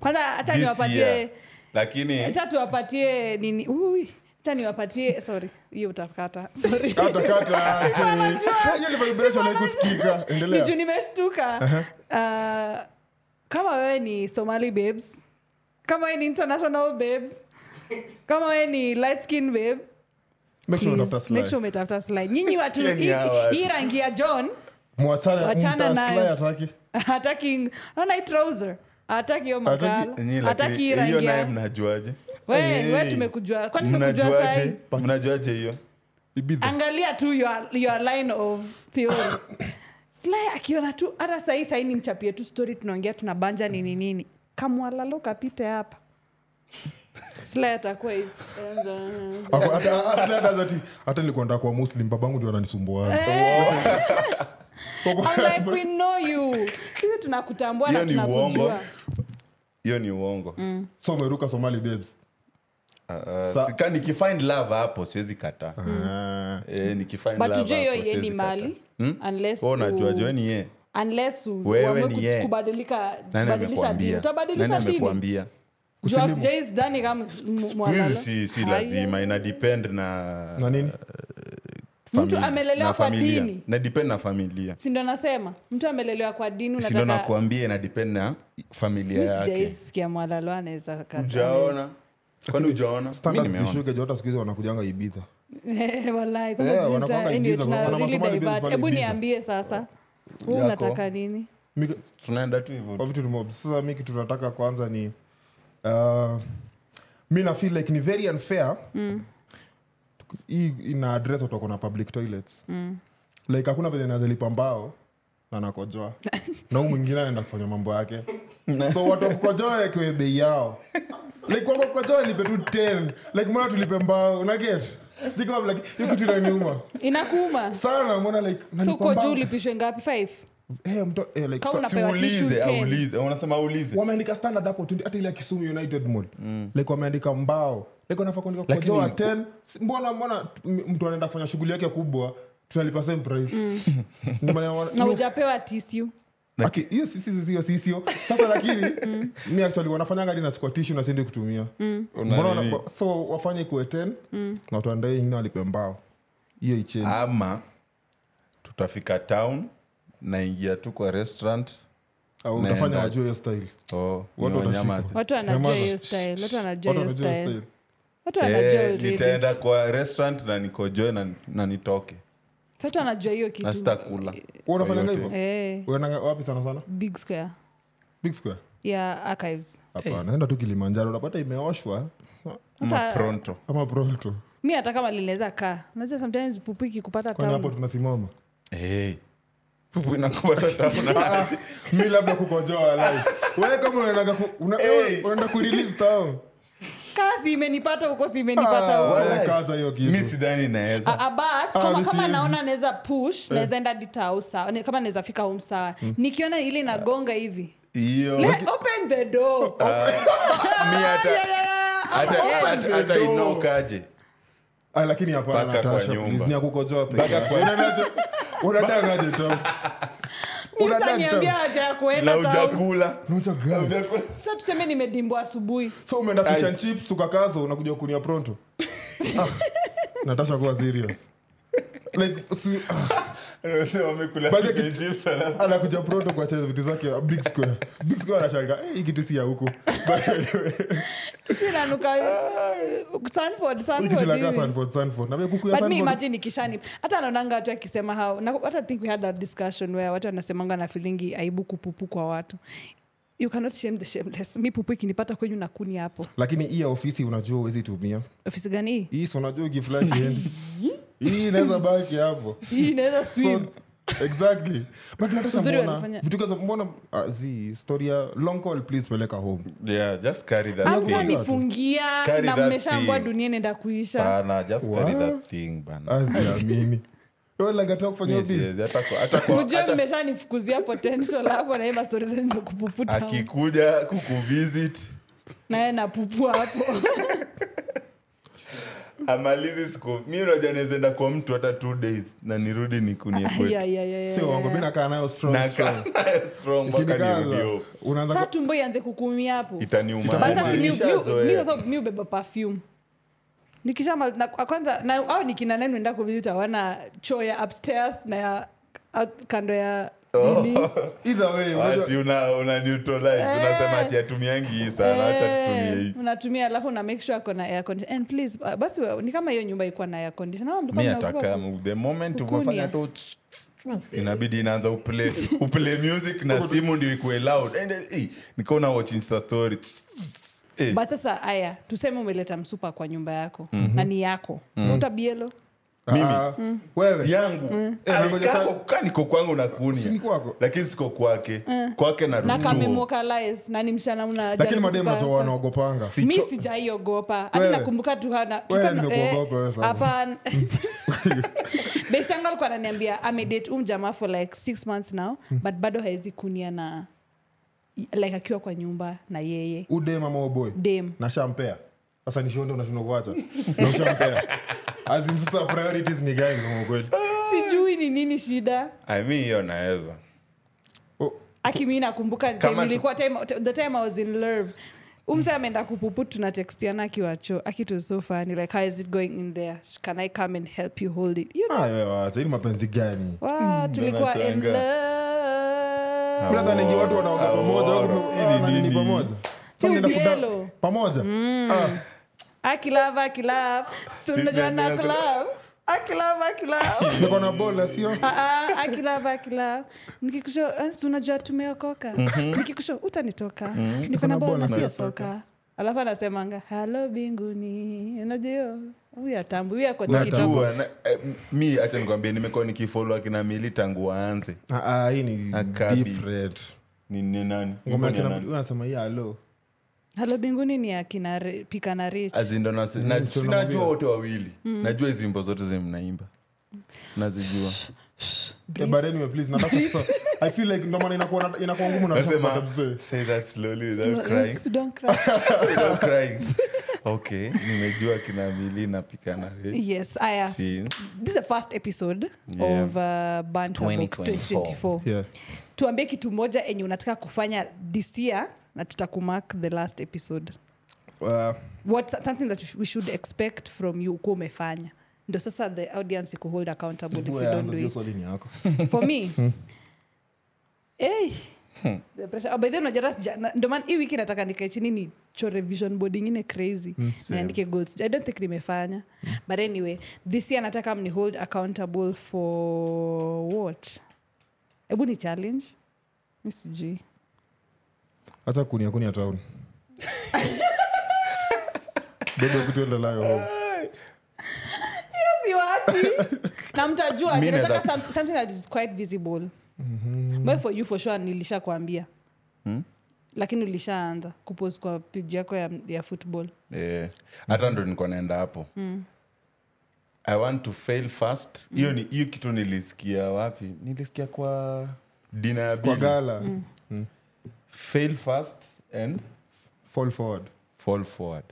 Speaker 2: kwanza hacha
Speaker 3: This
Speaker 2: niwapatie
Speaker 3: year. lakini
Speaker 2: hacha tuwapatie nini ui hacha niwapatie sorry hiyo utakata sorry
Speaker 1: Hata kata aje.
Speaker 2: Najua.
Speaker 1: Hiyo ni vibration haikusikika.
Speaker 2: Ni juu
Speaker 1: endelea
Speaker 2: nimeshtuka
Speaker 3: Uh-huh.
Speaker 2: uh, kama wewe ni somali babes kama wewe ni international babes kama wewe ni light skin babe
Speaker 1: Make sure
Speaker 2: please,
Speaker 1: unatafuta Sly.
Speaker 2: make sure umetafuta sli nyinyi watu
Speaker 3: Sikia ni
Speaker 2: hii-
Speaker 3: hawa.
Speaker 2: hii rangi ya john
Speaker 1: Mwachane-
Speaker 2: Wachana
Speaker 1: mta-
Speaker 2: nayo.
Speaker 1: Sly hataki.
Speaker 2: hataki naona hii trouser hataki hiyo makala
Speaker 3: Nyinyi
Speaker 2: hataki hii
Speaker 3: lakini hiyo
Speaker 2: rangi
Speaker 3: naye
Speaker 2: ya
Speaker 3: mnajuaje
Speaker 2: we
Speaker 1: Hey.
Speaker 2: we tumekujua kwani tumekujua
Speaker 3: mnajuaje
Speaker 2: sai
Speaker 3: mnajuaje hiyo
Speaker 1: Ibidhi.
Speaker 2: angalia tu your, your line of theory Sly akiona tu hata sahii sahii ni mchapie tu story tunaongea tunabanja nini nini kamwalalo kapite hapa Sly atakuwa hivi.
Speaker 1: Ako- hata- hata Sly hata zati, hata nilikuwa nataka kuwa muslim babangu ndio ananisumbua
Speaker 2: I'm like, we know you sisi tunakutambua na
Speaker 3: Hiyo ni uongo.
Speaker 2: tunakujua Mm.
Speaker 3: hiyo ni uongo
Speaker 1: so umeruka somali babes
Speaker 3: Ah, ah,
Speaker 1: Sa-
Speaker 3: sika- nikifind love hapo siwezi kataa
Speaker 1: Ah.
Speaker 3: Eh, nikifind
Speaker 2: Mm. but
Speaker 3: love
Speaker 2: ujue hiyo
Speaker 3: hapo
Speaker 2: ye ni
Speaker 3: siwezi
Speaker 2: mali unless
Speaker 3: kataa. Oh, najua
Speaker 2: you-
Speaker 3: jua ni ye
Speaker 2: unless u-
Speaker 3: Wewe
Speaker 2: uamue
Speaker 3: ni
Speaker 2: kut-
Speaker 3: yeye.
Speaker 2: kubadilika
Speaker 3: nani
Speaker 2: kubadilisha dini
Speaker 3: amekwambia nani
Speaker 2: utabadilisha dini
Speaker 3: amekwambia
Speaker 2: Juu sijawahi sidhani kama s- m- mwalala.
Speaker 3: hizi si, si
Speaker 2: Hai.
Speaker 3: lazima ina depend na
Speaker 1: na nini
Speaker 2: Mtu
Speaker 3: famili-
Speaker 2: amelelewa
Speaker 3: na
Speaker 2: kwa
Speaker 3: familia.
Speaker 2: dini.
Speaker 3: na depend na familia
Speaker 2: si ndo nasema mtu amelelewa kwa dini
Speaker 3: sindo
Speaker 2: unataka
Speaker 3: nakuambia ina depend na familia
Speaker 2: Mi
Speaker 3: yake
Speaker 2: sijawahi sikia mwalalo anaweza kata-
Speaker 3: ujaona kwani ujaona Mi
Speaker 1: standards
Speaker 3: nimeona.
Speaker 1: zishuke juu hata siku hizi wanakujanga ibidha
Speaker 2: Eh, wallahi, kama
Speaker 1: Eh,
Speaker 2: sijui
Speaker 1: wanakuanga
Speaker 2: nita-
Speaker 1: Ibiza, kwa
Speaker 2: anyway, tuna
Speaker 1: mfano
Speaker 2: really
Speaker 1: Wasomali
Speaker 2: divert.
Speaker 1: pale
Speaker 2: hebu
Speaker 1: Ibiza.
Speaker 2: niambie sasa huu
Speaker 3: Yako.
Speaker 2: unataka nini
Speaker 1: Mi- Oh,
Speaker 3: tunaenda tu hivyo
Speaker 1: kwa vitu tumeob- sasa mi kitu tunataka kwanza ni uh, mi na feel like ni very unfair
Speaker 2: Mm.
Speaker 1: hii ina address watu wako na public toilets
Speaker 2: Mm.
Speaker 1: like hakuna vile nazalipa mbao na nakojoa na huu mwingine anaenda kufanya mambo yake so watu wakukojoa wekewe bei yao like kwako kukojoa lipe tu 10 like mbona tulipe mbao unaget sikam like hiyo kitu inaniuma
Speaker 2: inakuuma
Speaker 1: sana mbona like
Speaker 2: so
Speaker 1: nalipa
Speaker 2: uko juu
Speaker 1: mbao
Speaker 2: ulipishwe ngapi five
Speaker 1: hey, mto, eh, like,
Speaker 2: Kama
Speaker 1: sa-
Speaker 2: unapewa
Speaker 3: siulize
Speaker 2: tissue 10.
Speaker 3: aulize unasema aulize
Speaker 1: wameandika standard hapo tu, hata ile ya kisumu united mall like wameandika mbao like wanafaa kuandika
Speaker 3: Lakini-
Speaker 1: kojoa 10 Si- mbona mbona m- mtu anaenda kufanya shughuli yake kubwa tunalipa same price Ndio maana wana-
Speaker 2: Mm. na
Speaker 1: mi-
Speaker 2: ujapewa tisiu
Speaker 1: Aki- hiyo si- si- si- hiyo si- sio sasa lakini
Speaker 2: Mm.
Speaker 1: mi actually wanafanya gadi nachukua tishu nasindi kutumia
Speaker 3: Una
Speaker 1: Mbona
Speaker 3: nini?
Speaker 1: wana- so wafanye kuwe 10
Speaker 2: Mm.
Speaker 1: na tuandae ingine walipe mbao hiyo ichange
Speaker 3: ama tutafika town naingia tu kwa restaurant
Speaker 1: au
Speaker 3: naenda.
Speaker 1: utafanya wajue hiyo style
Speaker 3: oh, ni
Speaker 1: Watu watashika.
Speaker 3: wanyamaze.
Speaker 2: watu wanajua
Speaker 1: Nyamaza.
Speaker 2: hiyo style watu wanajua
Speaker 1: Watu
Speaker 2: hiyo
Speaker 1: wanajua hiyo
Speaker 2: style
Speaker 1: style.
Speaker 2: watu wanajua
Speaker 3: Eh,
Speaker 2: already.
Speaker 3: nitaenda kwa restaurant na nikojoe na, na nitoke
Speaker 2: So watu wanajua hiyo kitu
Speaker 3: na sitakula
Speaker 1: Wewe unafanyanga
Speaker 3: Yoyote.
Speaker 1: hivyo
Speaker 2: Eh,
Speaker 1: uenanga wapi sana sana
Speaker 2: big square
Speaker 1: big square
Speaker 2: ya archives
Speaker 1: hapana enda tu kilimanjaro unapata imeoshwa
Speaker 3: ama
Speaker 2: Hata-
Speaker 3: pronto
Speaker 1: ama prolto
Speaker 2: mi hata kama linaweza kaa najua sometimes pupiki kupata
Speaker 1: kwani hapo
Speaker 2: town
Speaker 1: tunasimama
Speaker 3: hey. pupu inakuwa tatauna
Speaker 1: Ah, mi labda kukojoa live wewe kama unaendaga ku- una-
Speaker 3: Hey.
Speaker 1: unaenda kurelease tao
Speaker 2: kaa si imenipata huko si imenipata
Speaker 1: Ah,
Speaker 2: huko
Speaker 1: wewe kaza hiyo
Speaker 3: mi
Speaker 1: kitu
Speaker 3: sidhani
Speaker 2: Ah,
Speaker 3: naweza
Speaker 2: ah, but
Speaker 1: Ah, Eh.
Speaker 2: kama,
Speaker 1: this
Speaker 2: kama
Speaker 1: is-
Speaker 2: naona naweza push naweza enda ditau sawa ne- kama naweza fika home sawa nikiona ile inagonga hivi
Speaker 3: hiyo
Speaker 2: le- open the door
Speaker 1: Ah,
Speaker 3: mi
Speaker 2: Yeah,
Speaker 3: hata
Speaker 2: yeah, yeah. Oh,
Speaker 3: hata- hata- hata
Speaker 1: Hey.
Speaker 3: inokaje
Speaker 1: Ah, lakini hapana
Speaker 3: Mpaka kwa
Speaker 1: Natasha,
Speaker 3: nyumba.
Speaker 1: please, ni ya kukojoa peke
Speaker 3: Mpaka
Speaker 1: yake.
Speaker 3: kwa-
Speaker 1: Unaendaje- unadangaje tao
Speaker 2: Mtaniambia haja ya
Speaker 3: na
Speaker 2: kuenda town.
Speaker 3: ujakula
Speaker 1: unadangaje
Speaker 2: Sasa tuseme nimedimbwa asubuhi
Speaker 1: so umeenda fish
Speaker 3: Ai.
Speaker 1: and chips ukakazo unakuja kunia pronto ah, natasha kuwa serious like si, ah,
Speaker 3: wamekula
Speaker 1: Baada ya
Speaker 3: fish and chips, alafu-
Speaker 1: anakuja pronto kuacheza vitu zake ah, big square big square anashanga hey, kitu si ya huko
Speaker 2: tinanuka sanford
Speaker 1: Hii kitu
Speaker 2: sanford
Speaker 1: inakaa
Speaker 2: hivi.
Speaker 1: Ah. sanford sanford na wewe kuku ya
Speaker 2: but me
Speaker 1: sanford
Speaker 2: imagine ikishani hata naonanga watu akisema hao na what i think we had that discussion where watu wanasemanga na filingi aibu kupupu kwa watu you cannot shame the shameless mi pupu ikinipata kwenyu na kuni hapo
Speaker 1: lakini hii ya ofisi unajua uwezi tumia
Speaker 2: ofisi gani hii
Speaker 1: hii si unajua ukiflash end hii inaweza baki hapo
Speaker 2: hii inaweza
Speaker 1: so,
Speaker 2: swim
Speaker 1: exactly but natasha
Speaker 2: Uzuri
Speaker 1: mbona
Speaker 2: walifanya-
Speaker 1: vitu kaza mbona ah, zi story ya long call please peleka home
Speaker 3: Yeah, just carry that
Speaker 1: Hata
Speaker 2: amta
Speaker 3: thing.
Speaker 1: ni-
Speaker 2: nifungia
Speaker 3: Carry
Speaker 2: na
Speaker 3: that
Speaker 2: mmeshambua
Speaker 3: thing.
Speaker 2: dunia inaenda kuisha
Speaker 3: Bana, just
Speaker 1: What? Ah,
Speaker 3: carry that thing, bana.
Speaker 1: aziamini lagataa kufanya
Speaker 3: Yes,
Speaker 1: bs
Speaker 3: yes, hata kwa- hata kwa-
Speaker 2: mjua
Speaker 3: hata-
Speaker 2: mmeshanifukuzia potential hapo na hii mastori zenu za kupuputa
Speaker 3: akikuja kukuvisit
Speaker 2: naye napupua hapo
Speaker 3: amalizi siku mi unajua naweza enda kwa mtu hata two days na nirudi nikunie
Speaker 2: Ya, ya, ya, ya,
Speaker 1: sio
Speaker 2: ya,
Speaker 1: wangu
Speaker 2: ya.
Speaker 1: mi nakaa nayo strong, strong.
Speaker 3: kwetunakaa
Speaker 1: Ikinikaza, unaanza
Speaker 2: saa
Speaker 1: ku-
Speaker 2: tumbo ianze kukumia hapo But sasa mi- mi- mi
Speaker 3: itaniumaishazoea
Speaker 2: sasa mi ubeba perfume nikisha mal- na- kwanza na- au nikina nani enda kuvisit awana choo ya upstairs na ya out- kando ya nini.
Speaker 1: either way unajua-
Speaker 2: Eh.
Speaker 3: unasema ati atumiangi hii sana acha
Speaker 2: Eh,
Speaker 3: tutumie hii
Speaker 2: unatumia alafu una make sure ako na air condition and please uh, basi we- ni kama hiyo nyumba ikuwa na air condition Hao ndio
Speaker 3: mi
Speaker 2: kama unaogopa
Speaker 3: atakam the moment
Speaker 2: kukunia.
Speaker 3: umefanya tu tss, tss, inabidi inaanza uplay uplay music na simu ndio ikuwe loud And, eh, eh, nikaona watch insta story tss, tss,
Speaker 2: ku-
Speaker 3: eh.
Speaker 2: but sasa aya tuseme umeleta msupa kwa nyumba yako na ni yako so utabielo
Speaker 1: Ah, wewe
Speaker 3: yangu
Speaker 1: Eh,
Speaker 3: Ali,
Speaker 1: nangoja
Speaker 3: kaa-
Speaker 1: sana.
Speaker 3: kaa niko kwangu na
Speaker 1: Si
Speaker 3: kunia
Speaker 1: ni kwako
Speaker 3: lakini siko kwake kwake na
Speaker 2: na
Speaker 3: Ruto.
Speaker 2: kamemokalize na ni mshana una
Speaker 1: lakini mademu najua wanaogopanga
Speaker 3: Si
Speaker 2: mi
Speaker 3: cho-
Speaker 2: sijaiogopa hadi
Speaker 1: Wewe.
Speaker 2: nakumbuka tu hana-
Speaker 1: Wewe
Speaker 2: tuko-
Speaker 1: nimekuogopa wewe
Speaker 2: eh,
Speaker 1: sasa.
Speaker 2: hapana. beshtangu alikuwa ananiambia amedate um jamaa for like six months now but bado hawezi kunia na like akiwa kwa nyumba na yeye
Speaker 1: ude mama oboy
Speaker 2: dem
Speaker 1: na shampea sasa nishonde unashinda kuacha na ushampea As in, sasa priorities ni gani kama ukweli
Speaker 2: sijui ni nini shida
Speaker 3: I mean, hiyo naweza
Speaker 1: Oh,
Speaker 2: akimi nakumbuka
Speaker 3: Kama
Speaker 2: time
Speaker 3: tu-
Speaker 2: ilikuwa time, the time i was in love umsa ameenda kupupu tunatextiana akiwacho akitu so funny like how is it going in there can i come and help you hold it you
Speaker 1: ah, wewe wacha hii ni mapenzi gani
Speaker 2: Wow, tulikuwa in
Speaker 3: nashangaa.
Speaker 2: love.
Speaker 1: brother ningi watu wanaoga
Speaker 3: Oh,
Speaker 1: pamoja au
Speaker 3: oh, Mm.
Speaker 1: ah,
Speaker 3: hii ni
Speaker 1: nani
Speaker 3: nini?
Speaker 1: pamoja Sasa
Speaker 2: Si
Speaker 1: unaenda kuda-
Speaker 2: udielo.
Speaker 1: pamoja Ah,
Speaker 2: akilove akilove sunajua na akilove akilove akilove
Speaker 1: niko na bola sio
Speaker 2: Ah, ah, akilove akilove nikikusho eh, si unajua tumeokoka nikikusho utanitoka niko na
Speaker 1: Bona
Speaker 2: bona
Speaker 1: sio
Speaker 2: sio soka alafu anasemanga halo binguni unajua huyu atambu huyu ako tikitoko
Speaker 3: najua na- eh, m- mi acha nikwambie nimekuwa nikifolo akina mili tangu waanze
Speaker 1: Ah, ah, hii ni
Speaker 3: Akabi.
Speaker 1: different
Speaker 3: ni ni nani
Speaker 1: ngoma
Speaker 3: Ni
Speaker 1: yake
Speaker 3: nani?
Speaker 1: anasema hii alo
Speaker 2: halo binguni ni akina Re- pika na rich
Speaker 3: As in, ndo nas- na-
Speaker 1: Mm, so
Speaker 3: sinajua
Speaker 1: namwambia.
Speaker 3: wote wawili najua hizi wimbo zote zemnaimba nazijua
Speaker 1: bareni Eh, please nataka sasa i feel like ndo maana inakuwa na- inakuwa ngumu na
Speaker 3: nasema
Speaker 1: msapata mzee
Speaker 3: say that slowly
Speaker 2: Don't-
Speaker 3: without crying
Speaker 2: don't cry
Speaker 3: without crying okay nimejua kina mili napikana
Speaker 2: yes aya
Speaker 3: Since-
Speaker 2: this is the first episode
Speaker 3: Yeah.
Speaker 2: of uh, banter box 2024
Speaker 1: yeah.
Speaker 2: tuambie kitu moja enye unataka kufanya this year na tutakumark the last episode
Speaker 1: Uh,
Speaker 2: what something that we should expect from you ukuwa umefanya ndo sasa the audience ikuhold accountable if you
Speaker 1: wewe
Speaker 2: don't
Speaker 1: anza
Speaker 2: do
Speaker 1: hiyo
Speaker 2: it
Speaker 1: swali ni yako
Speaker 2: for me hey, the pressure. Oh, by the way, unajua hata sija- na- ndo maana hii wiki nataka nikae chini nichore vision board ingine crazy niandike goals i don't think nimefanya but anyway this year nataka mni hold accountable for what hebu ni challenge mi sijui
Speaker 1: hata kunia kunia town dogo kituenda nayo home
Speaker 2: siwachi na mtajua
Speaker 3: Mi
Speaker 2: nataka
Speaker 3: naeza- Mhm.
Speaker 2: some- something that is quite visible But for you for sure nilisha kuambia
Speaker 3: Hmm?
Speaker 2: lakini ulishaanza kupos kwa page yako ya, ya football
Speaker 3: Eh, hata ndo niko naenda hapo i want to fail fast hiyo ni hiyo kitu nilisikia wapi nilisikia kwa dina ya
Speaker 1: kwa
Speaker 3: Billy.
Speaker 1: gala
Speaker 3: fail fast and
Speaker 1: fall forward
Speaker 3: fall forward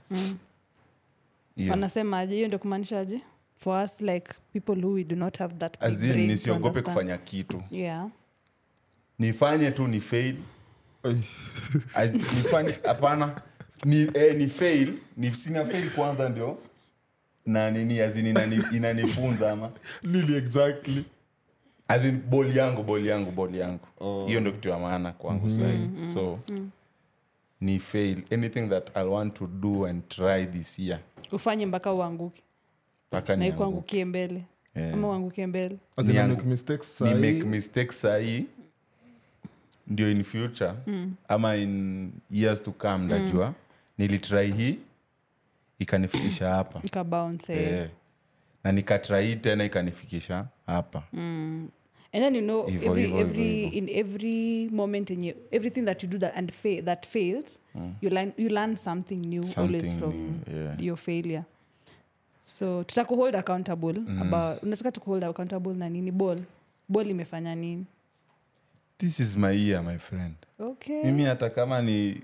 Speaker 3: Hiyo.
Speaker 2: wanasemaje hiyo ndio kumaanishaje for us like people who we do not have that big
Speaker 3: As in,
Speaker 2: brain to
Speaker 3: nisiogope
Speaker 2: understand.
Speaker 3: kufanya kitu
Speaker 2: yeah
Speaker 3: nifanye tu ni fail As- nifanye hapana ni, eh, ni fail ni, sina fail kwanza ndio na nini azin inani, inanifunza ama
Speaker 1: lili exactly
Speaker 3: azin bol yangu bol yangu bol yangu
Speaker 1: Oh.
Speaker 3: hiyo ndio kitu ya maana kwangu
Speaker 1: Mm-hmm.
Speaker 3: mm so ni fail anything that i want to do and try this year
Speaker 2: ufanye mpaka uanguke
Speaker 3: mpaka
Speaker 2: na
Speaker 3: nianguke.
Speaker 2: ikuangukie mbele
Speaker 3: Eh.
Speaker 2: ama uanguke mbele
Speaker 1: As in,
Speaker 3: Ni
Speaker 1: I
Speaker 3: yangu.
Speaker 1: make mistakes
Speaker 3: ni make
Speaker 1: sahi
Speaker 3: mistakes sahii ndio in future mm. ama in years to come ndajua mm. nilitrai hii ikanifikisha hapa
Speaker 2: ikabounce eh.
Speaker 3: eh. na nikatrai hii tena ikanifikisha hapa mm.
Speaker 2: and then you know
Speaker 3: Hivyo,
Speaker 2: every,
Speaker 3: hivyo,
Speaker 2: every
Speaker 3: hivyo, hivyo.
Speaker 2: in every moment in you, everything that you do that and fa- that fails you learn you learn something new always
Speaker 3: Mm. Something
Speaker 2: from
Speaker 3: new, yeah.
Speaker 2: your failure so tutakuhold accountable
Speaker 3: Mm.
Speaker 2: about unataka tukuhold accountable na nini ball ball imefanya nini
Speaker 3: this is my year my friend
Speaker 2: okay
Speaker 3: mimi hata kama ni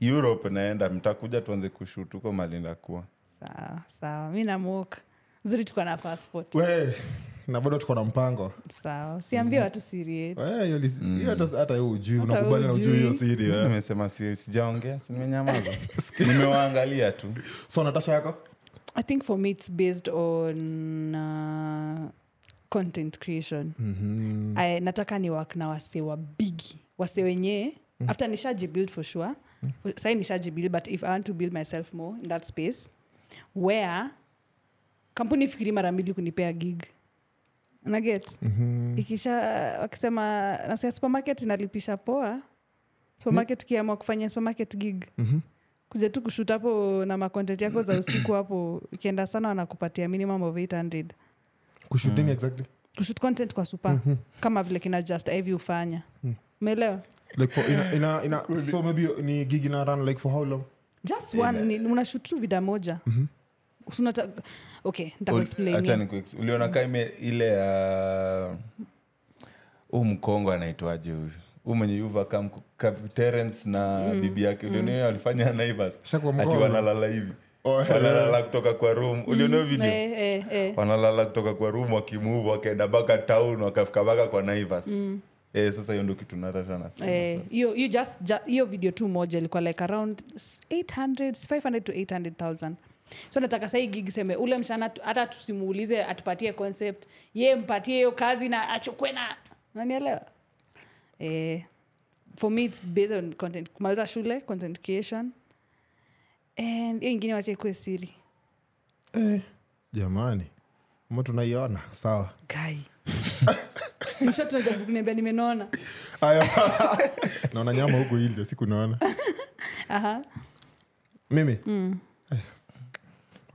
Speaker 3: europe naenda mtakuja tuanze kushutu huko malinda kuwa
Speaker 2: sawa sawa mi namuoka zuri tuko na passport
Speaker 1: we na bado tuko na mpango
Speaker 2: sawa
Speaker 3: Mhm.
Speaker 2: siambie watu siri yetu
Speaker 1: We, hiyo ni-
Speaker 3: Mm.
Speaker 1: hiyo hata- hata hiyo ujui
Speaker 2: Hata
Speaker 1: unakubali na ujui
Speaker 2: hujui.
Speaker 1: hiyo siri eh.
Speaker 3: nimesema si- sijaongea si nimenyamaza nimewaangalia tu
Speaker 1: so natasha yako
Speaker 2: i think for me it's based on uh, content creation I, nataka ni wak na wase wa bigi wase wenyewe after nishaji build for sure sai nishaji build but if i want to build myself more in that space where kampuni fikiri mara mbili kunipea gig naget ikisha wakisema nasema supermarket inalipisha poa supermarket ukiamua kufanya supermarket gig kuja tu kushut hapo na makontent yako za usiku hapo ikienda sana wanakupatia minimum of 800
Speaker 1: kushooting
Speaker 3: Mm.
Speaker 1: exactly
Speaker 2: kushut content kwa supa kama vile kina just hivi hufanya umeelewa
Speaker 1: like for ina, ina, ina so maybe ni gig ina run like for how long
Speaker 2: just one ni- unashoot tu vida moja Usunata- okay
Speaker 3: Ul- acha
Speaker 2: nitakuexplain
Speaker 3: nikuex- uliona ka ime- ile ya huu mkongo anaitwaje huyu huu mwenye yuva kam terence na bibi yake uliona hiyo alifanya naivas
Speaker 1: Shakuwa
Speaker 3: ati
Speaker 1: mkongo.
Speaker 3: wanalala hivi
Speaker 1: Oh.
Speaker 3: wanalala kutoka kwa room uliona hiyo video
Speaker 2: eh, eh, eh.
Speaker 3: wanalala kutoka kwa room wakimuvu wakaenda baka town wakafika baka kwa naivas eh, sasa hiyo ndo kitu natata nasema
Speaker 2: Eh, hiyo hiyo just ja- hiyo video tu moja ilikuwa like around 800 500 to 800000 so nataka sahii gig seme ule mshana tu- hata tusimuulize atupatie concept ye mpatie hiyo kazi na achukwe na nanielewa eh, for me its based on content kumaliza shule content creation and hiyo ingine wacha ikuwe siri
Speaker 1: Eh, jamani ama tunaiona sawa
Speaker 2: gai nisha tunajaribu kuniambia nimenona
Speaker 1: Aya. naona nyama huko ilio siku naona
Speaker 2: aha Mm.
Speaker 1: mimi Eh,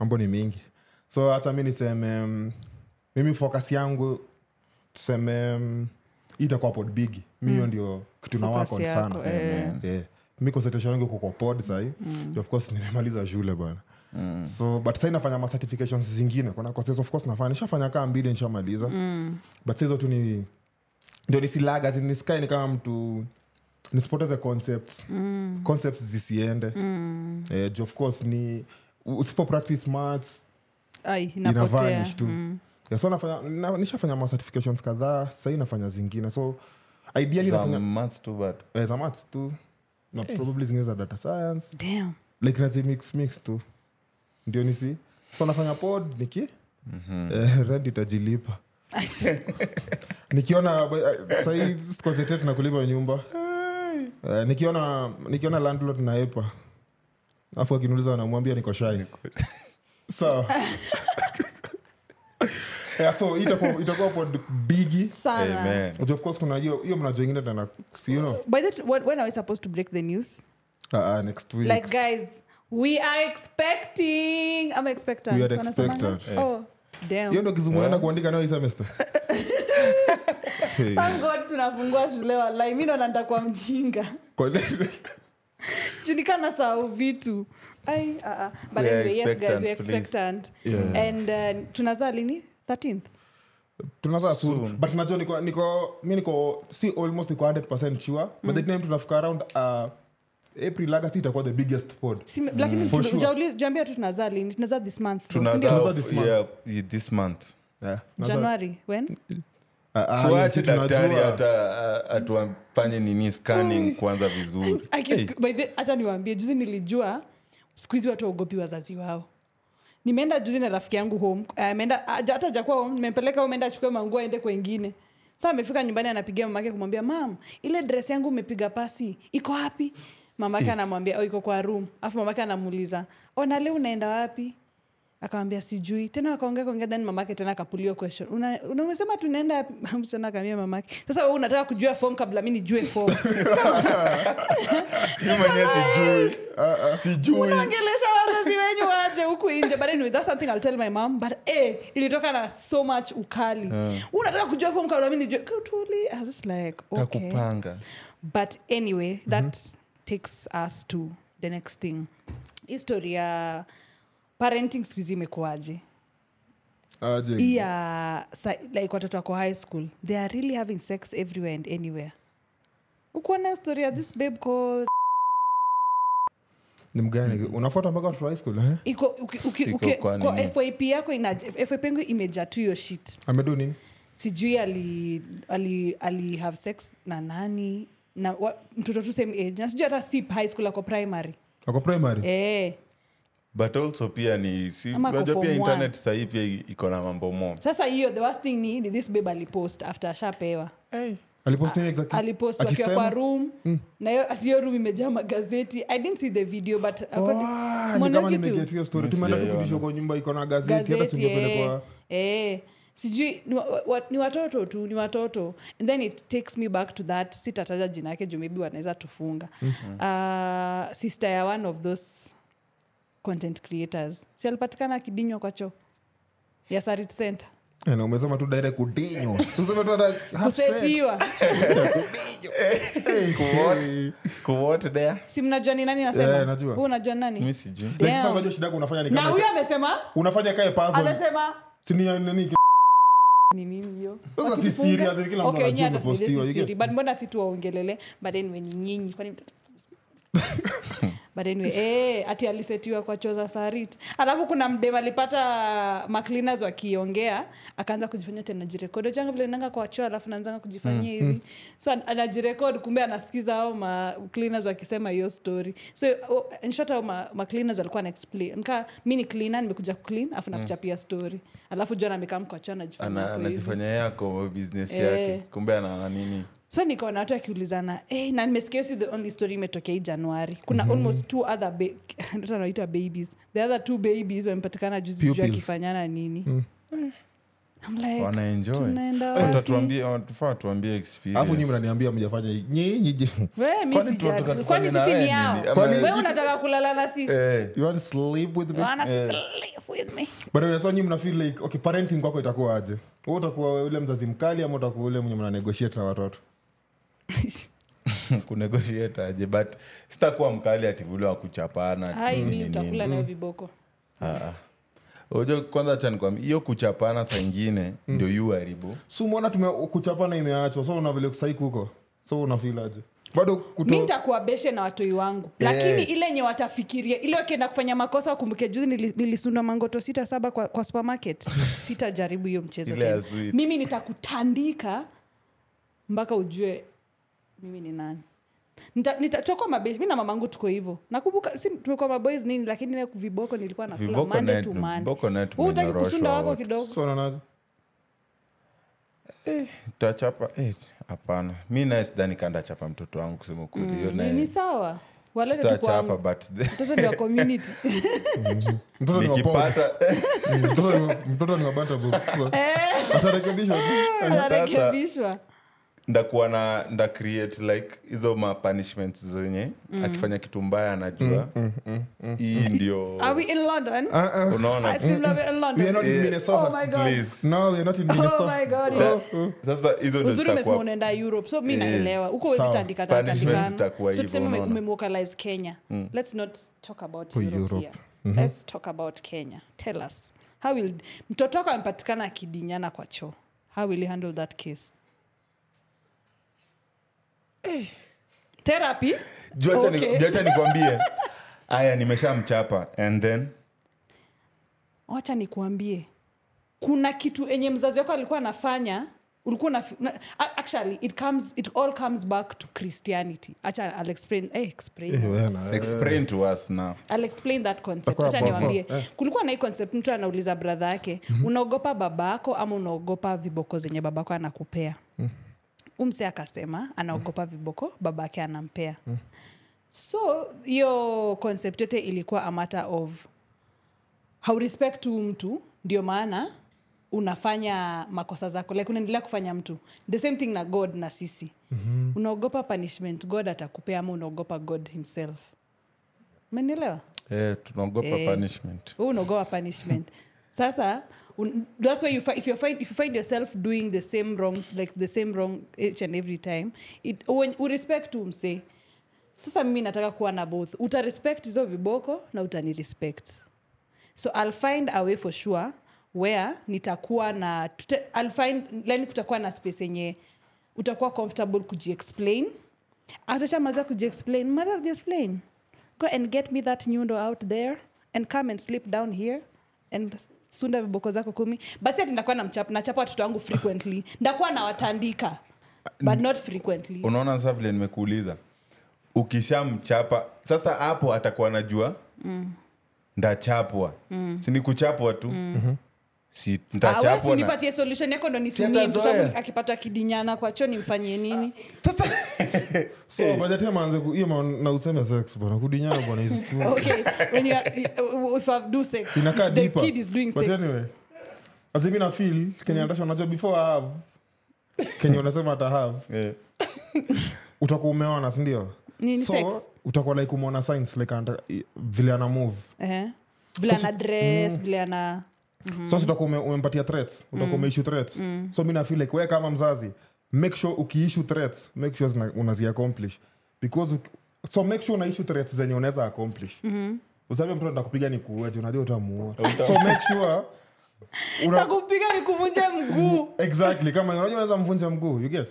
Speaker 1: mambo ni mingi so hata mi niseme mm, mimi focus yangu tuseme mm, hii itakuwa pod big mi hiyo ndio kitu na
Speaker 2: Mm.
Speaker 1: work
Speaker 2: Focus
Speaker 1: on
Speaker 2: yako,
Speaker 1: sana
Speaker 2: eh. Mm.
Speaker 1: Eh, mi concentration yangu iko kwa pod sahi Ju of course nimemaliza shule bana so but sai nafanya macertifications zingine kuna courses of course nafanya nishafanya kaa mbili nishamaliza
Speaker 2: Mm.
Speaker 1: but sahizo tu ni ndio nisilaga zi- nisikae ni kama mtu nisipoteze concepts concepts zisiende eh, ju of course ni usipo practice maths
Speaker 2: ai inapotea
Speaker 1: inavanish tu yeah, so nafanya na, nishafanya ma certifications kadhaa sahii nafanya zingine so ideally
Speaker 3: Za
Speaker 1: nafanya
Speaker 3: maths tu but
Speaker 1: eh, za maths tu na probably zingine za data science
Speaker 2: Damn.
Speaker 1: like nazi mix mix tu ndio nisi so nafanya pod niki eh, rent itajilipa nikiona eh, sahii concentrate na kulipa nyumba eh, nikiona nikiona landlord naepa afu akiniuliza anamwambia niko shai sawa yeah, so itakuwa itakuwa pod bigi
Speaker 2: sana
Speaker 3: Amen.
Speaker 1: But of course kuna hiyo hiyo mnajua ingine tena si you know
Speaker 2: by that when, when are we supposed to break the news
Speaker 1: uh, uh, next week
Speaker 2: like guys we are expecting i'm expectant
Speaker 1: We are
Speaker 2: Wanasema nini?
Speaker 3: Eh.
Speaker 1: expectant.
Speaker 2: oh damn
Speaker 1: hiyo ndo kizungu naenda kuandika nayo hii semester Hey.
Speaker 2: Thank God tunafungua shule walai mi ndo natakuwa mjinga
Speaker 1: Kwa-
Speaker 2: junikana sau vitu Ai, ah, ah. But
Speaker 3: We are
Speaker 2: anyway, yes, guys,
Speaker 3: expectant,
Speaker 2: we are
Speaker 3: please.
Speaker 2: expectant.
Speaker 1: Yeah.
Speaker 2: and uh, tunazaa lini 13th
Speaker 1: tunazaa
Speaker 3: Soon.
Speaker 1: soon but najua niko niko mi niko si almost niko 100 sure but the
Speaker 2: Mm.
Speaker 1: time tunafika around uh, april august itakuwa the biggest pod
Speaker 2: Si- lakini
Speaker 1: Mm. For
Speaker 2: tu-
Speaker 1: sure.
Speaker 2: ujauli- jaambia tu tunazaa lini tunazaa this month though, si ndio?
Speaker 3: tunazaa
Speaker 1: this month.
Speaker 3: yeah, yeah, this month
Speaker 1: yeah.
Speaker 2: january when
Speaker 1: Ah, ah,
Speaker 3: tuache
Speaker 1: sisi
Speaker 3: daktari
Speaker 1: tunajua.
Speaker 3: hata atuafanye nini scanning kwanza vizuri
Speaker 2: Aki- by the- hata niwaambie juzi nilijua siku hizi watu waogopi wazazi wao nimeenda juzi na rafiki yangu home eh, ameenda haja- hata jakuwa home nimempeleka home enda achukue manguo aende kwengine saa amefika nyumbani anapigia mamake kumwambia mam ile dress yangu umepiga pasi iko wapi mamake anamwambia "Oh, iko kwa room afu mamake anamuuliza "Oh, na leo unaenda wapi akawambia sijui tena wakaongea kaongea then mamake tena akapuliwa question una, una umesema tunaenda wapi?" msichana akaambia mamake sasa wewe unataka kujua form kabla mi nijue form
Speaker 3: mi mwenyewe sijui sijui Ah,
Speaker 2: unaongelesha wazazi wenyu waje huku nje but anyway, that's something I'll tell my mom but eh, ilitoka na so much ukali unataka kujua form kabla mimi nijue Kutuli, I was just like okay
Speaker 3: takupanga
Speaker 2: but anyway that takes us to the next thing history ya parenting skuizi imekuaje
Speaker 3: ah,
Speaker 1: Aje.
Speaker 2: hii ya sa- like watoto wako high school they are really having sex everywhere and anywhere ukuona story ya this babe called
Speaker 1: ni mgani unafuata mpaka watoto wa high school eh?
Speaker 2: iko uki, uki,
Speaker 3: Iko
Speaker 2: uki,
Speaker 3: kwa
Speaker 2: kwa
Speaker 3: nini?
Speaker 2: fyp yako ina fyp yangu imejaa tu hiyo shit
Speaker 1: amedu nini
Speaker 2: sijui ali, ali, ali have sex na nani na wa, mtoto tu same age na sijui hata si high school ako primary
Speaker 1: ako primary
Speaker 2: eh
Speaker 3: but also pia ni si-
Speaker 2: Ama ako
Speaker 3: unajua
Speaker 2: form
Speaker 3: pia
Speaker 2: one.
Speaker 3: internet sahii pia iko na mambo mo
Speaker 2: sasa hiyo the worst thing ni, ni this babe alipost after ashapewa
Speaker 1: alipost nini exactly
Speaker 2: alipost wakiwa kwa room
Speaker 3: Mm.
Speaker 2: na hiyo ati hiyo room imejaa magazeti i didn't see the video but
Speaker 1: Ah, ni
Speaker 2: Mwanangu
Speaker 1: kama
Speaker 2: tu.
Speaker 1: nimeget hiyo story
Speaker 3: Mimi
Speaker 1: tumeenda tu
Speaker 3: sijaiona.
Speaker 1: kulishwa kwa nyumba iko na gazeti hata
Speaker 2: gazeti eh,
Speaker 1: singepelekwa
Speaker 2: eh. sijui ni, wa- wa, ni watoto tu ni watoto and then it takes me back to that sitataja jina yake juu maybe wanaweza tufunga
Speaker 1: Mhm.
Speaker 2: mm-hmm. uh, sister ya one of those content creators si alipatikana akidinywa kwa choo ya sarit center
Speaker 1: Eh, na umesema tu direct kudinywa Si useme tu hata half sex.
Speaker 2: kusetiwa
Speaker 1: Eh, eh.
Speaker 3: kuwote there
Speaker 2: si mnajua ni nani nasema
Speaker 1: Eh, najua.
Speaker 2: Wewe unajua ni
Speaker 3: mi
Speaker 2: nani
Speaker 3: sijui
Speaker 1: Like,
Speaker 2: Damn.
Speaker 1: sasa unajua shida yako unafanya ni
Speaker 2: na
Speaker 1: kama
Speaker 2: huyo amesema
Speaker 1: unafanya kae puzzle
Speaker 2: amesema
Speaker 1: si ni ya nini
Speaker 2: ni nini hiyo
Speaker 1: Sasa si
Speaker 2: Wakifunga-
Speaker 1: serious, yaani kila mtu anajua
Speaker 2: Okay, wenyewe
Speaker 1: imepostiwa,
Speaker 2: atasikia si
Speaker 1: you
Speaker 2: siri,
Speaker 1: get?
Speaker 2: but mbona si tuwaongelele but anyway ni nyinyi kwani but anyway eh, ati alisetiwa kwa choza sarit alafu kuna mdem alipata maclinas wakiongea akaanza kujifanya tena jirekodi changa vile nanga kwa choo alafu naanzanga kujifanyia
Speaker 3: Mm,
Speaker 2: hivi so an- anajirekodi kumbe anasikiza ao maclinas wakisema hiyo story so o- in short ao maclinas alikuwa anaexplain ka mi ni cleaner nimekuja kuclean afu nakuchapia story alafu jon amekaa mkwachoa anajifanya
Speaker 3: Mm. Ana-
Speaker 2: ako hivi
Speaker 3: anajifanya yako business
Speaker 2: Eh.
Speaker 3: yake kumbe ana nini
Speaker 2: so nikaona watu akiulizana eh, na nimesikia si the only story imetokea hii januari kuna mm-hmm. almost two other ba- naitwa babies the other two babies wamepatikana juzi juu
Speaker 1: Pupils.
Speaker 2: akifanyana nini I'm like,
Speaker 3: wanaenjoy
Speaker 2: Eh, tunaenda wapi?
Speaker 3: Watatuambia- watafaa tuambie experience.
Speaker 1: alafu nyi mnaniambia mjafanya hii. Nyi- nyi je-
Speaker 2: we mi
Speaker 3: Kwani tu-
Speaker 2: sijali.
Speaker 3: tunatufanya
Speaker 2: kwani
Speaker 3: na
Speaker 2: sisi
Speaker 3: wewe
Speaker 2: ni
Speaker 3: nini?
Speaker 2: yao
Speaker 3: Ama-
Speaker 1: Kwani-
Speaker 2: we unataka kulala na sisi
Speaker 3: Eh,
Speaker 1: you want to sleep with me?
Speaker 2: Wanna sleep with me.
Speaker 1: But anyway, so nyi mna feel like okay parenting kwako itakuwa aje wewe utakuwa ule mzazi mkali ama utakuwa ule mwenye mna negotiate na watoto
Speaker 3: kunegotiate aje but sitakuwa mkali ativuliwa kuchapana ati
Speaker 2: Hai,
Speaker 3: nini
Speaker 2: mi
Speaker 3: nini.
Speaker 2: utakula nayo viboko
Speaker 3: Ah, ah. Unajua, kwanza cha nikwambia hiyo kuchapana saa ingine ndio yu haribu
Speaker 1: si umeona tume- kuchapana imeachwa so una vile kusaiki huko so una feel aje bado kuto-
Speaker 2: mi ntakuwabeshe na watoi wangu
Speaker 3: Eh.
Speaker 2: lakini ile nye watafikiria ile wakienda kufanya makosa wakumbuke juzi nili- nilisunda mangoto sita saba kwa, kwa supermarket sitajaribu hiyo mchezo
Speaker 3: Ile
Speaker 2: tena
Speaker 3: ya sweet.
Speaker 2: mimi nitakutandika mpaka ujue mimi ni nani Nita- nita- tutakuwa mabeshi mi na mamangu tuko hivo nakumbuka si tumekuwa maboys nini lakini ile viboko nilikuwa nakula
Speaker 3: Viboko
Speaker 2: mande
Speaker 3: na-
Speaker 2: tu mande
Speaker 3: viboko na tu
Speaker 2: utaki
Speaker 3: mnyorosho
Speaker 2: kusunda wako
Speaker 3: wote.
Speaker 2: kidogo
Speaker 1: So, unaonaje?
Speaker 3: tachapa eh, hapana mi naye sidhani kaa ndachapa mtoto wangu kusema kweli hiyo
Speaker 2: Ni-
Speaker 3: naye
Speaker 2: ni sawa walete tu
Speaker 3: sitachapa
Speaker 2: kwangu
Speaker 3: but
Speaker 2: mtoto ni wa community
Speaker 1: Mtoto ni wa pod.
Speaker 3: nikipata
Speaker 1: Mtoto ni- mtoto ni wa banta box. So,
Speaker 2: Eh.
Speaker 1: atarekebishwa tu.
Speaker 2: anarekebishwa
Speaker 3: ndakuwa na nda create like hizo ma punishments zenye
Speaker 2: Mm.
Speaker 3: akifanya kitu mbaya anajua hii ndio
Speaker 2: Are we in London? I
Speaker 3: unaona
Speaker 2: seem to be in London.
Speaker 1: We are not in
Speaker 3: Yeah.
Speaker 1: Minnesota.
Speaker 2: Oh my God.
Speaker 3: please
Speaker 1: No, we are not in
Speaker 2: Oh
Speaker 1: Minnesota.
Speaker 2: my God.
Speaker 3: That- sasa hizo ndo
Speaker 2: uzuri umesema
Speaker 3: zitakuwa
Speaker 2: unaenda europe so mi
Speaker 3: Yeah.
Speaker 2: naelewa huko
Speaker 1: Sawa.
Speaker 3: Eh, Punishment zitakuwa hivyo,
Speaker 2: wezitandikatatandikanasotuseme
Speaker 3: unaona. Mm.
Speaker 2: umemwocalize kenya let's not talk about
Speaker 1: For
Speaker 2: europe,
Speaker 1: Europe. Mm-hmm.
Speaker 2: here. let's talk about kenya tell us how will mtoto wako amepatikana akidinyana kwa choo how will you handle that case Eh. therapy
Speaker 3: Juu acha
Speaker 2: Okay.
Speaker 3: ni- juu acha nikwambie aya nimeshamchapa and then
Speaker 2: wacha nikuambie kuna kitu enye mzazi wako alikuwa anafanya ulikuwa unafi- na, a- actually it comes it all comes back to christianity acha i'll explain eh, explain
Speaker 1: Eh, wewe na-
Speaker 3: explain to us now
Speaker 2: I'll explain that concept.
Speaker 1: Takuwa
Speaker 2: Acha
Speaker 1: boso,
Speaker 2: niwaambie
Speaker 1: eh.
Speaker 2: kulikuwa na hii concept mtu anauliza bradha yake unaogopa babako ama unaogopa viboko zenye babako anakupea umse akasema anaogopa viboko babake anampea so hiyo concept yote ilikuwa a matter of haurespect tu mtu ndio maana unafanya makosa zako like unaendelea kufanya mtu the same thing na god na sisi mm-hmm. unaogopa punishment god atakupea ama unaogopa god himself umenielewa
Speaker 3: eh, tunaogopa
Speaker 2: Eh.
Speaker 3: punishment
Speaker 2: Wewe unaogopa punishment sasa un, that's why you fi, if, you find, if you find yourself doing the same wrong like the same wrong each and every time it when, urespect tu msee sasa mimi nataka kuwa na both utarespect hizo viboko na utanirespect so i'll find a way for sure where nitakuwa na tuta, I'll find, yani kutakuwa na space yenye utakuwa comfortable kujiexplain atashamaliza kujiexplain mother kujiexplain go and get me that nyundo out there and come and sleep down here and sunda viboko zako kumi basi ati ndakuwa namchapa nachapa watoto wangu frequently ndakuwa nawatandika but not frequently
Speaker 3: unaona sasa vile nimekuuliza ukishamchapa sasa hapo atakuwa najua ndachapwa si ni kuchapwa tu si
Speaker 2: awesi
Speaker 3: ntachapwa na-
Speaker 2: unipatie solution yako ndo nitumie
Speaker 3: Siatazoea.
Speaker 2: mtoto wangu akipata kidinyana kwa choo nimfanyie nini
Speaker 1: So, by the time aanze ku- hiyo ma- na useme sex bwana kudinyana bwana is too-
Speaker 2: okay when you are, if I do sex
Speaker 1: inakaa
Speaker 2: if the
Speaker 1: deeper.
Speaker 2: kid is doing
Speaker 1: But
Speaker 2: sex
Speaker 1: anyway, as in mina feel kenya natasha unajua before I have kenya unasema ata have
Speaker 3: Eh.
Speaker 1: utakuwa umeona sindio
Speaker 2: Nini
Speaker 1: so
Speaker 2: sex?
Speaker 1: utakuwa like umeona signs like anataka- i- vile ana move
Speaker 2: Ehe. uh-huh. vile
Speaker 1: Sasa- Mm.
Speaker 2: ana dress vile ana Mm.
Speaker 1: so utakuwa ume- umempatia threats utakuwa umeissue threats so mi nafeel like we kama mzazi make sure ukiissue threats make sure zina- unaziaccomplish because uki, so make sure unaissue threats zenye unaweza accomplish
Speaker 2: Mm-hmm.
Speaker 1: usaambie mtoto nitakupiga ni kuuaje unajua utamuua so make sure una,
Speaker 2: takupiga ni kuvunja mguu
Speaker 1: exactly kama hiyo, unajua unaweza mvunja mguu you get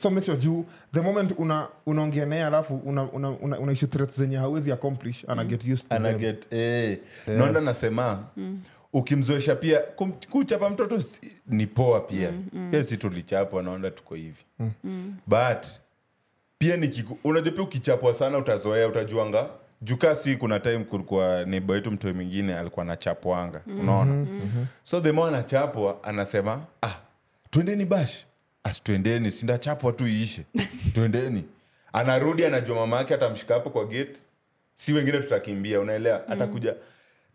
Speaker 1: so make sure juu the moment una unaongea naye alafu una, una, una, una issue threats zenye hawezi accomplish ana get used to
Speaker 3: Ana
Speaker 1: them.
Speaker 3: get- eh. naona nasema ukimzoesha pia kum- kuchapa mtoto si- ni poa pia pia si tulichapwa naona tuko hivi but pia nikiku- unajua pia ukichapwa sana utazoea utajuanga jukaa si kuna time kulikuwa neiba yetu mtoi mwingine alikuwa anachapwanga unaona so the more anachapwa anasema ah twendeni bash as twendeni sindachapwa tu iishe twendeni anarudi anajua mama yake atamshika hapo kwa gate si wengine tutakimbia
Speaker 2: Mm.
Speaker 3: unaelewa atakuja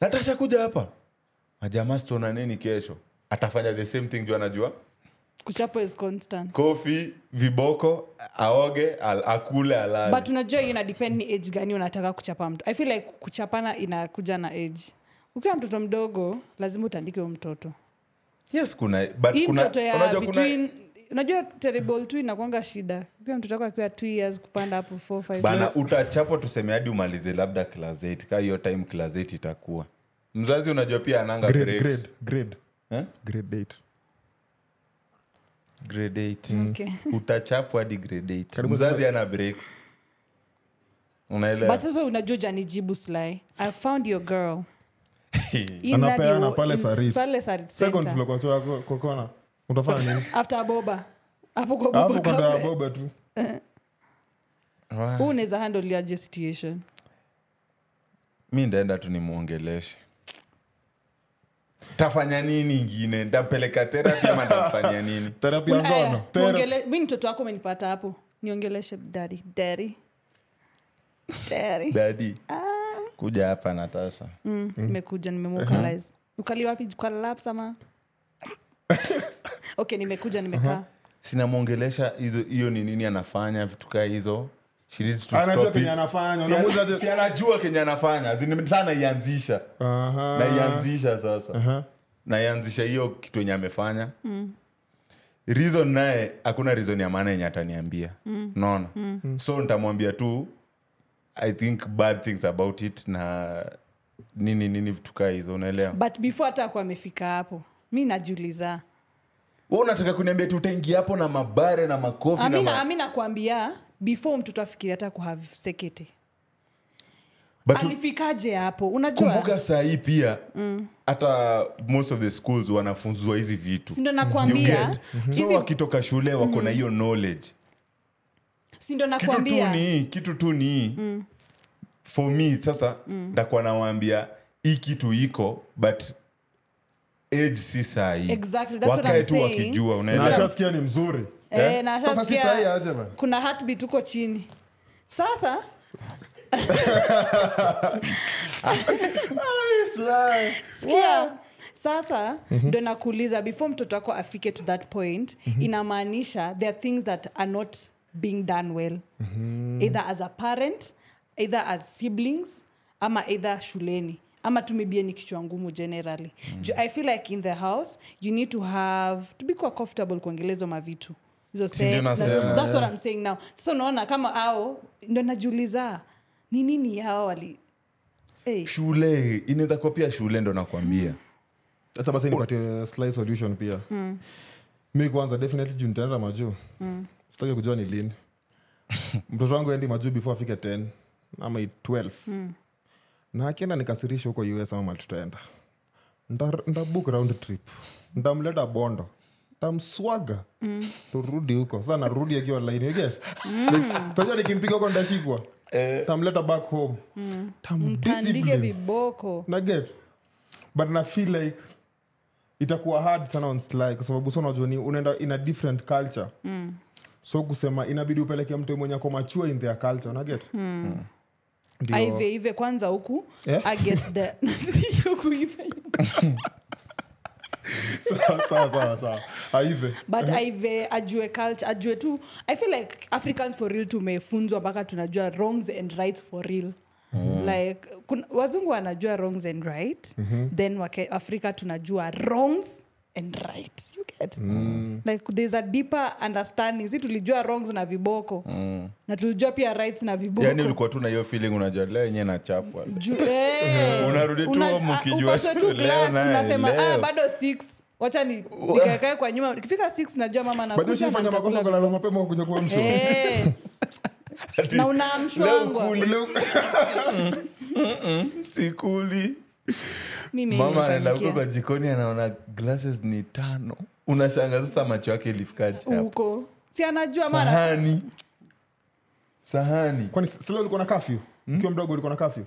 Speaker 3: natasha kuja hapa majamaa sitona nini kesho atafanya the same thing juu anajua
Speaker 2: kuchapo is constant
Speaker 3: kofi viboko aoge al, akule
Speaker 1: Mm.
Speaker 3: alale
Speaker 2: but unajua hiyo ina depend ni age gani unataka kuchapa mtu i feel like kuchapana inakuja na age ukiwa mtoto mdogo lazima utandike huyo mtoto
Speaker 3: yes kuna but
Speaker 2: hii
Speaker 3: kuna,
Speaker 2: mtoto ya
Speaker 3: unajua kuna-
Speaker 2: between unajua terrible tu inakwanga shida ukiwa mtoto wako akiwa two years kupanda hapo four, five
Speaker 3: bana
Speaker 2: years.
Speaker 3: utachapwa tuseme hadi umalize labda class 8 kaa hiyo time class 8 itakuwa mzazi unajua pia ananga
Speaker 1: grade
Speaker 3: breaks.
Speaker 1: grade grade
Speaker 3: Eh?
Speaker 1: grade eight.
Speaker 3: grade eight.
Speaker 2: Okay.
Speaker 3: utachapwa hadi grade eight.
Speaker 1: Karibu
Speaker 3: mzazi ana breaks unaelewa
Speaker 2: but sasa unajua janijibu sly i found your girl In that
Speaker 1: Anapeana
Speaker 2: you-
Speaker 1: pale
Speaker 2: in-
Speaker 1: Sarit.
Speaker 2: pale Sarit
Speaker 1: second
Speaker 2: Center.
Speaker 1: floor kwa choo yako- kwa kona utafanya nini
Speaker 2: after boba hapo kwa
Speaker 1: hapo
Speaker 2: boba
Speaker 1: kando ya
Speaker 2: cafe.
Speaker 1: boba tu
Speaker 3: Wa-
Speaker 2: Huu unaweza handle aje situation
Speaker 3: mi ndaenda tu nimwongeleshe tafanya nini ingine ntampeleka therapy ama ntamfanya nini
Speaker 1: therapy ya
Speaker 2: Una-
Speaker 1: ngono
Speaker 2: aya,
Speaker 1: Thera-
Speaker 2: tuongele- mi mtoto wako umenipata hapo niongeleshe daddy daddy daddy
Speaker 3: dadi Ah. kuja hapa natasha
Speaker 2: nimekuja nimemokalize ukali wapi kwa laps ama okay nimekuja nimekaa
Speaker 3: sinamwongelesha hizo hiyo ni nini anafanya vitu kaa hizo She needs to
Speaker 1: anajua
Speaker 3: stop
Speaker 1: kenye
Speaker 3: it.
Speaker 1: anafanya
Speaker 3: Si ana-
Speaker 1: unamuuliza aje-
Speaker 3: si anajua kenye anafanya Zini- saa naianzisha
Speaker 1: Aha.
Speaker 3: naianzisha sasa
Speaker 1: Aha.
Speaker 3: naianzisha hiyo kitu yenye amefanya reason naye hakuna reason ya maana yenye ataniambia naona so nitamwambia tu i think bad things about it na nini nini vitu kaa hizo unaelewa
Speaker 2: but before hata akuwa amefika hapo mi najiuliza
Speaker 3: Wewe unataka kuniambia tu utaingia hapo na mabare na makofi na
Speaker 2: amina
Speaker 3: ma...
Speaker 2: amina nakwambia before mtoto afikiri hata kuhave sekete
Speaker 3: But
Speaker 2: alifikaje hapo unajua
Speaker 3: kumbuka saa hii pia hata most of the schools wanafunzwa hizi vitu
Speaker 2: sindo
Speaker 3: Mm-hmm. You
Speaker 2: nakwambia Mm-hmm.
Speaker 3: get? so wakitoka shule wako na hiyo knowledge
Speaker 2: sindo
Speaker 3: kitu tu
Speaker 2: nakwambia
Speaker 3: ni hii, kitu tu ni hii.
Speaker 2: Mm.
Speaker 3: for me sasa ndakuwa nawaambia hii kitu iko but age si saa hii
Speaker 2: Exactly, that's what
Speaker 3: wakae
Speaker 2: I'm
Speaker 3: tu
Speaker 2: saying.
Speaker 3: wakijua
Speaker 1: Na
Speaker 3: unaelewa
Speaker 1: ashasikia ni mzuri
Speaker 2: Eh,
Speaker 3: Eh?
Speaker 2: na
Speaker 1: Sasa si
Speaker 2: shasikia
Speaker 1: sahi aje bana.
Speaker 2: kuna heartbeat huko chini sasa sikia sasa
Speaker 3: Mhm.
Speaker 2: ndo nakuuliza before mtoto wako afike to that point inamaanisha there are things that are not being done well
Speaker 3: Mhm.
Speaker 2: either as a parent either as siblings ama either shuleni ama tu maybe ni kichwa ngumu generally
Speaker 3: Mm.
Speaker 2: Ju- i feel like in the house you need to have to be quite comfortable kuongelezo mavitu hizo
Speaker 3: Si ndio
Speaker 2: sex, that's-
Speaker 3: nasema,
Speaker 2: that's what I'm saying now sasa unaona kama ao ndo najiuliza ni nini hao wali hey.
Speaker 3: shule inaweza kuwa pia shule ndo nakwambia
Speaker 1: hata basi nipatie slight solution pia mi kwanza definitely juu nitaenda majuu sitaki kujua ni lini mtoto wangu endi majuu before afike 10 ama 12 na akienda nikasirisha huko us ama mali tutaenda Nta- ntabook round trip ntamleta bondo ntamswaga turudi huko sasa narudi akiwa laini ege tajua nikimpiga huko ndashikwa ntamleta back home
Speaker 2: tandike
Speaker 1: tamdiscipline
Speaker 2: viboko
Speaker 1: naget but na feel like itakuwa hard sana on Sly kwa sababu so unajua ni unaenda in a different culture mm. so kusema inabidi upeleke mtu mwenye ako machua in their culture unaget mm.
Speaker 2: aive ive kwanza huku
Speaker 1: Eh?
Speaker 2: I get the- Huku ive.
Speaker 1: sawasawasawa aive
Speaker 2: but aive ajue culture ajue tu i feel like africans for real tumefunzwa mpaka tunajua wrongs and rights for real like kun, wazungu wanajua wrongs and right then wake, afrika tunajua wrongs and right you get like there's a deeper understanding si tulijua wrongs na viboko na tulijua pia rights na viboko
Speaker 3: yani Yaani ulikuwa tu na hiyo feeling unajua leo yenyewe nachapwa
Speaker 2: Ju- eh,
Speaker 3: Unarudi tu
Speaker 2: una-
Speaker 3: home
Speaker 2: ah,
Speaker 3: ukijua
Speaker 2: upaswe tu
Speaker 3: leo
Speaker 2: glass,
Speaker 3: naye,
Speaker 2: unasema ah,
Speaker 3: leo.
Speaker 2: bado six wacha ni- nikaekae kwa nyuma nikifika six najua mama anakuja na
Speaker 1: badhishifanya
Speaker 2: nitakula
Speaker 1: makosa kalala mapema kuja kuwa mtu
Speaker 2: Eh, na unaamshwangwa
Speaker 3: sikuli
Speaker 2: Mm. Mimi
Speaker 3: mama anaenda huko
Speaker 2: nimefanikia.
Speaker 3: kwa jikoni anaona glasses ni tano unashanga sasa macho yake ilifikaje hapo.
Speaker 2: huko si anajua mara
Speaker 3: sahani sahani
Speaker 1: kwani sila ulikuwa na kafyu ukiwa mdogo ulikuwa na kafyu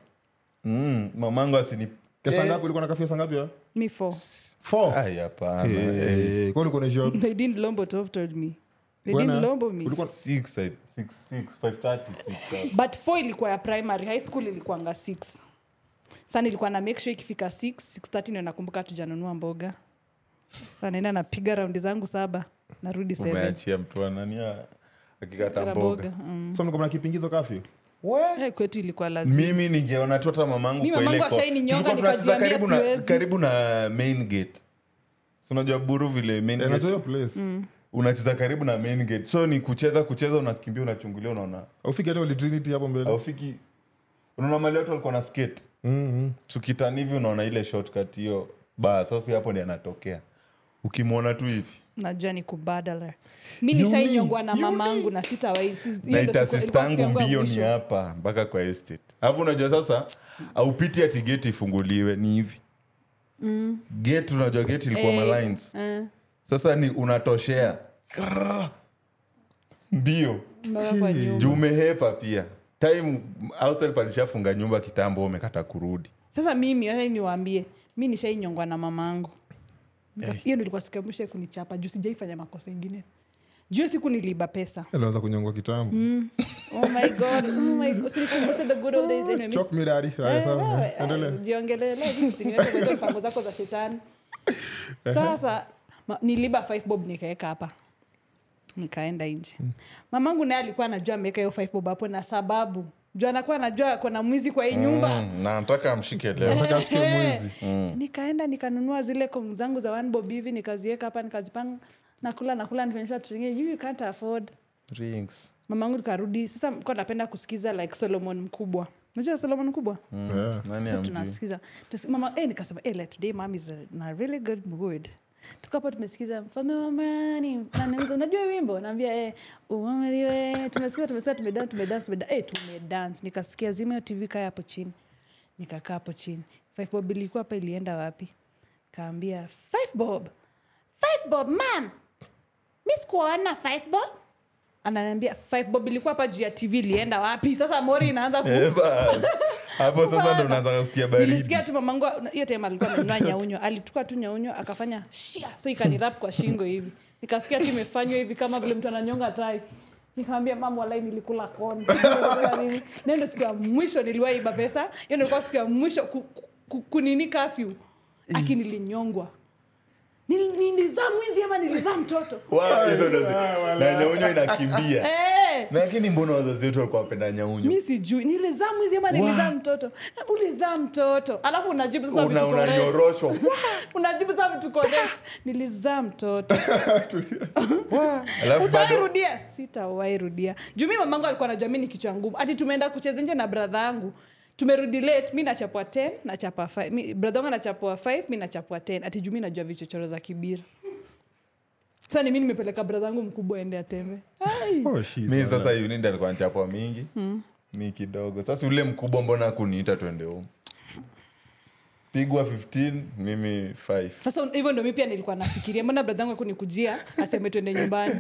Speaker 3: mm, mamangu asini
Speaker 1: ya
Speaker 3: Eh,
Speaker 1: saa ngapi ulikuwa na kafyu ya saa ngapi ya
Speaker 2: Me four.
Speaker 1: four
Speaker 3: ai, hapana.
Speaker 1: Ah, Eh, kwa ulikuwa naishia wapi?
Speaker 2: They didn't lombo to have told me They
Speaker 1: Wena,
Speaker 2: didn't lombo me.
Speaker 1: ulikuwa-
Speaker 3: Six, I- six, six, 5:30, six, six.
Speaker 2: but four ilikuwa ya primary high school ilikuanga six sa nilikuwa na make sure ikifika six, 6:30 ndio nakumbuka tujanunua mboga sa naenda napiga raundi zangu saba narudi seven.
Speaker 3: umeachia mtu anania akikata
Speaker 2: Kata
Speaker 3: mboga
Speaker 2: mboga, mm.
Speaker 1: So mlikuwa mnakipingiza kafyu
Speaker 2: Eh, kwetu ilikuwa lazima
Speaker 3: mimi ningeona tu hata mamangu
Speaker 2: Mi
Speaker 3: kwa ile
Speaker 2: mamangu
Speaker 3: ko-
Speaker 2: ashaininyonga,
Speaker 3: tulikuwa tunacheza
Speaker 2: nikajiambia
Speaker 3: karibu na-
Speaker 2: siwezi.
Speaker 3: karibu na main gate So unajua buru vile main
Speaker 1: Eh,
Speaker 3: gate,
Speaker 1: najua hiyo place
Speaker 3: Mm. unacheza karibu na main gate so ni kucheza kucheza unakimbia unachungulia unaona
Speaker 1: aufiki hata ulitrinity hapo mbele
Speaker 3: aufiki unaona mali watu walikuwa na skate Mm-hmm. tukitani hivi unaona ile shortcut hiyo baa sasa hapo ndi anatokea ukimwona tu hivi
Speaker 2: najua ni kubadala mi
Speaker 1: You
Speaker 2: nishainyongwa na
Speaker 1: need- you
Speaker 2: mamangu na sitawahi si- hiyo ndo siku-
Speaker 3: na
Speaker 2: ilikuwa siku
Speaker 3: itasistangu
Speaker 2: yangu ya
Speaker 3: mbio ni
Speaker 2: mwisho.
Speaker 3: hapa mpaka kwa estate alafu unajua sasa aupiti ati geti ifunguliwe ni hivi mm. geti unajua geti ilikuwa
Speaker 2: Eh,
Speaker 3: malines
Speaker 2: eh,
Speaker 3: sasa ni unatoshea Krrrr. mbio
Speaker 2: mpaka kwa nyumba.
Speaker 3: juu umehepa pia time outside palishafunga nyumba kitambo umekata kurudi
Speaker 2: sasa mimi acha niwaambie mi nishainyongwa na mamaangu Nika-
Speaker 3: Eh.
Speaker 2: hiyo nilikuwa siku ya mwisho ya kunichapa juu sijaifanya makosa ingine juu hiyo siku niliiba pesa
Speaker 1: aliweza kunyongwa kitambo mm.
Speaker 2: oh my god oh my god usinikumbushe the good old days anyway, mi-
Speaker 1: chok midari
Speaker 2: Eh,
Speaker 1: haya sawa
Speaker 2: wewe,
Speaker 1: endelea
Speaker 2: eh, jiongelele, usiniweke kwenye mpango zako za shetani sasa ma- niliba five bob nikaweka hapa nikaenda nje
Speaker 1: Mm.
Speaker 2: mamangu naye alikuwa anajua ameweka hiyo five bob hapo na sababu juu anakuwa anajua kona mwizi kwa hii nyumba
Speaker 3: mm, na nataka amshike leo
Speaker 1: nataka ashike
Speaker 2: Eh.
Speaker 1: mwizi
Speaker 2: nikaenda nikanunua zile kong zangu za one bob hivi nikazieka hapa nikazipanga nakula nakula nifanyisha watu wengine "You, you can't afford
Speaker 3: Rings.
Speaker 2: mamangu tukarudi sasa nilikuwa napenda kusikiza like solomon mkubwa najua solomon mkubwa
Speaker 3: Mm.
Speaker 1: Yeah.
Speaker 3: Nani
Speaker 2: so
Speaker 3: amjui?
Speaker 2: tunasikiza Tusi- mama eh, nikasema eh, like today mom is in a really good mood tukapa tumesikiza mfalme wa amani Na nianza, unajua wimbo naambia eh, uamaliwe tumesikiza tumesikiza tumedance tumedance tumedance eh, tumedance nikasikia zima hiyo tv kaya hapo chini nikakaa hapo chini five bob ilikuwa hapa ilienda wapi kaambia five bob five bob mam mi sikuwaona five bob ananiambia five bob ilikuwa hapa juu ya tv ilienda wapi sasa mori inaanza ku
Speaker 3: Eh, bas. hapo sasa ndo unaanza kusikia baridi
Speaker 2: nilisikia tu mamangu hiyo time alikuwa amenunua nyaunyo alituka tu nyaunyo akafanya shia so ikanirap kwa shingo hivi nikasikia tu imefanywa hivi kama vile mtu ananyonga tai nikamwambia mam walai nilikula koni Nilikula nini. Na hiyo ndo siku ya mwisho niliwaiba pesa hiyo nilikuwa siku ya mwisho ku, ku, ku, kunini kafyu
Speaker 3: Mm.
Speaker 2: aki nilinyongwa Nil- nilizaa mwizi ama nilizaa mtoto
Speaker 3: Wa, hizo ndo zi- na nyaunyo inakimbia
Speaker 2: hey!
Speaker 3: lakini mbona wazazi wetu walikuwa wapenda nyaunyo
Speaker 2: Eh, mi sijui nilizaa mwizi ama nilizaa mtoto Na ulizaa mtoto alafu unajibu sasa
Speaker 3: Una-
Speaker 2: vitu correct.
Speaker 3: unanyoroshwa
Speaker 2: unajibu saa vitu correct nilizaa mtoto
Speaker 3: alafu bado
Speaker 2: utawairudia sitawairudia juu mi mamangu alikuwa na jamii ni kichwa ngumu ati tumeenda kucheza nje na bradha yangu tumerudi late mi nachapwa 10 nachapa 5 Mi- bradha wangu anachapwa 5 mi nachapwa 10 ati juu mi najua vichochoro za kibira sasa ni mi nimepeleka bradha yangu mkubwa ende atembe Ai.
Speaker 1: Oh, shit.
Speaker 3: mi sasa unid alikuwa nchapwa mingi
Speaker 2: Hmm.
Speaker 3: mi kidogo sasa ule mkubwa mbona akuniita twende humu pigwa 15 mimi 5
Speaker 2: sasa hivyo ndo mi pia nilikuwa nafikiria mbona bradhangu akunikujia aseme twende nyumbani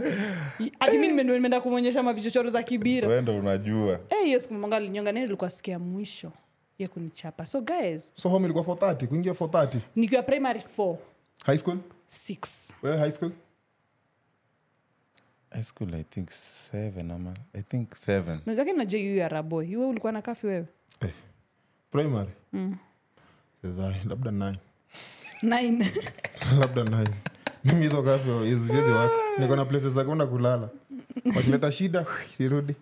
Speaker 2: ati mi nime- nimeenda kumwonyesha mavichochoro za kibira
Speaker 3: we ndo unajua
Speaker 2: Eh, hiyo siku mamangu alinyonga nani ilikuwa siku ya mwisho ya kunichapa so guys
Speaker 1: so home ilikuwa 430 kuingia 430
Speaker 2: nikiwa primary 4
Speaker 1: high school
Speaker 2: 6
Speaker 1: wewe high school
Speaker 3: high school i think 7 ama i think 7
Speaker 2: lakini najua yu ya raboi iwe ulikuwa na kafi wewe
Speaker 1: eh. primary
Speaker 2: Mm.
Speaker 1: Sidhani, labda 9
Speaker 2: Nine.
Speaker 1: labda 9 mimi hizo kafyo iziezi wako niko na places za kwenda kulala wakileta shida sirudi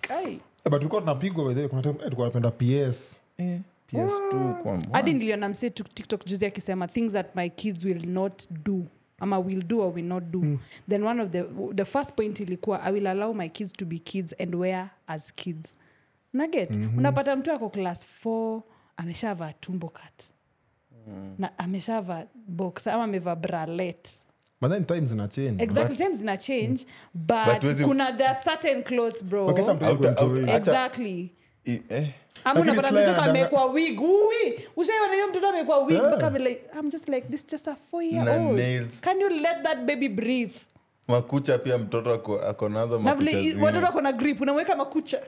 Speaker 2: Kai.
Speaker 1: Eh, but tulikuwa tunapigwa by the way, kuna time eh, tulikuwa tunapenda ps
Speaker 3: Eh, ps2 kwa
Speaker 2: hadi niliona msee tu- tiktok juzi akisema things that my kids will not do ama will do or will not do then one of the the first point ilikuwa i will allow my kids to be kids and wear as kids naget unapata mtu ako class 4 ameshavaa tumbo kat na ameshavaa box ama amevaa bralet
Speaker 1: but then times zina change
Speaker 2: exactly times zina change but,
Speaker 3: But wezi-
Speaker 2: kuna there are certain clothes bro
Speaker 1: Wakati hamtaki
Speaker 3: Auta- auta-
Speaker 1: kuenjoy.
Speaker 3: Acha-
Speaker 2: exactly
Speaker 3: I- eh.
Speaker 2: ama
Speaker 1: Lakini
Speaker 2: unapata
Speaker 1: Slay
Speaker 2: mtoto
Speaker 1: anadanga-
Speaker 2: amekwa wig uwi ushaiona hiyo mtoto amekwa wig
Speaker 1: Yeah.
Speaker 2: mpaka vile i'm just like this just a four year
Speaker 3: Eh. Na
Speaker 2: old
Speaker 3: nails.
Speaker 2: can you let that baby breathe
Speaker 3: makucha pia mtoto ako- ako nazo
Speaker 2: na
Speaker 3: makucha
Speaker 2: vile
Speaker 3: zingine.
Speaker 2: watoto wako na grip unamweka makucha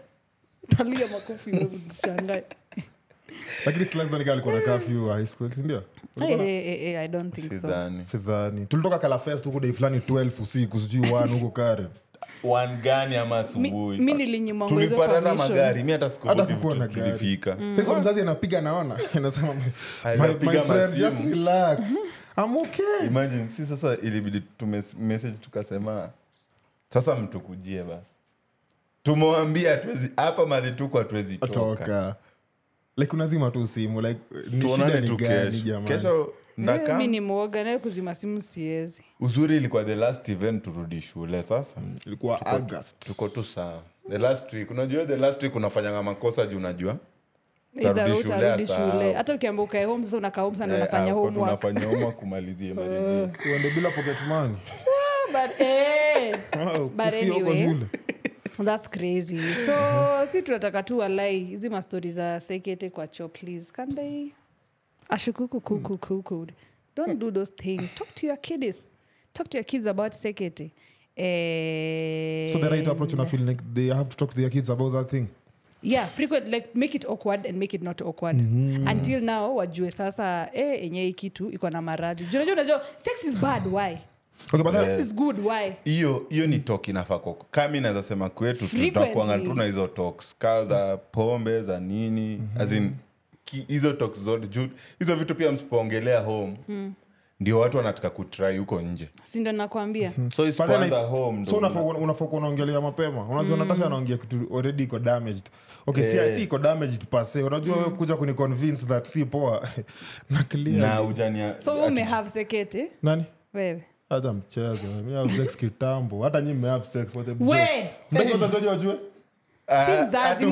Speaker 2: nalia makofi wewe, mshangae.
Speaker 1: lakini slanika alikuwa na kafyu high school sindio
Speaker 2: Eh, eh, eh, eh, i don't think so
Speaker 3: sidhani
Speaker 1: sidhani tulitoka kalafest huku dei fulani 12 usiku sijui 1 huko karen
Speaker 3: wan gani
Speaker 2: mi
Speaker 3: ama asubuhi
Speaker 2: mi nilinyimwa nguo hizo
Speaker 3: tulipata hata
Speaker 2: permission. Mm.
Speaker 3: magari mi hata
Speaker 1: Hata
Speaker 3: sikuvuti
Speaker 1: kukuwa na
Speaker 3: vitu
Speaker 1: gari.
Speaker 3: vilifika
Speaker 1: sasa mzazi anapiga naona anasema my- my,
Speaker 3: Anapiga
Speaker 1: my friend
Speaker 3: masimu.
Speaker 1: just relax I'm okay
Speaker 3: imagine si sasa ilibidi tumesage tukasema sasa mtukujie basi tumewambia hatuwezi- hapa mali tuko hatuwezi toka
Speaker 1: toka like unazima tu simu like ni shida
Speaker 3: tuonane
Speaker 1: ni
Speaker 3: tu
Speaker 1: gani
Speaker 3: kesho
Speaker 1: jamani
Speaker 3: kesho
Speaker 2: Wewe, Eh, mi
Speaker 3: ndaka
Speaker 2: ni mwoga nayo kuzima simu siwezi
Speaker 3: uzuri ilikuwa the last event turudi shule sasa
Speaker 1: ilikuwa august
Speaker 3: tuko tu sawa the last week unajua the last week unafanyanga makosa juu unajua Utarudi
Speaker 2: Either wewe
Speaker 3: shule,
Speaker 2: utarudi
Speaker 3: asahau.
Speaker 2: shule hata ukiambia ukae home sasa unakaa home sana
Speaker 3: Eh,
Speaker 2: unafanya
Speaker 3: hapo
Speaker 2: homework
Speaker 1: Eh,
Speaker 3: tunafanya homework kumalizie malizie
Speaker 1: uende bila pocket money
Speaker 2: but eh,
Speaker 1: Wow,
Speaker 2: But
Speaker 1: kufia huko
Speaker 2: anyway.
Speaker 1: zule.
Speaker 2: that's crazy so si tunataka tu walai hizi mastori za sekete kwa cho please can they ashukukukukukukud don't do those things talk to your kids talk to your kids about sekete eh,
Speaker 1: so the right approach and i feel like they have to talk to their kids about that thing
Speaker 2: yeah frequent like make it awkward and make it not awkward
Speaker 1: Mm-hmm.
Speaker 2: until now wajue sasa eh, enye hii kitu iko na maradhi Juu unajua unajua sex is bad why
Speaker 1: okay but
Speaker 2: sex is good why
Speaker 3: hiyo hiyo ni tok inafaa kwako kami naweza sema kwetu
Speaker 2: Frequently. Mm-hmm.
Speaker 3: tutakuanga tuna hizo toks kaa za pombe za nini As in, ki- hizo toks zote juu hizo vitu pia msipoongelea home
Speaker 2: Mm.
Speaker 3: ndio watu wanataka kutrai huko nje
Speaker 2: sindo nakwambia
Speaker 3: so
Speaker 1: But then
Speaker 3: isipoanza
Speaker 1: I-
Speaker 3: home
Speaker 1: so
Speaker 3: ndo
Speaker 1: unafaa kuona- unafaa kuwa unaongelea mapema unajua
Speaker 2: Mm.
Speaker 1: natasha anaongea kitu already iko damaged okay si-
Speaker 3: Eh.
Speaker 1: si iko damaged pase unajua
Speaker 2: Mm.
Speaker 1: wewe kuja kuniconvince that si poa na clear
Speaker 3: na ujania
Speaker 2: so we umehave sekete
Speaker 1: nani
Speaker 2: wewe
Speaker 1: hata mchezo mi have sex kitambo hata nyi mmehave sex wote mjue.
Speaker 2: we
Speaker 1: Mtaki wazazi wenyu wajue
Speaker 2: si
Speaker 3: Ah,
Speaker 2: mzazi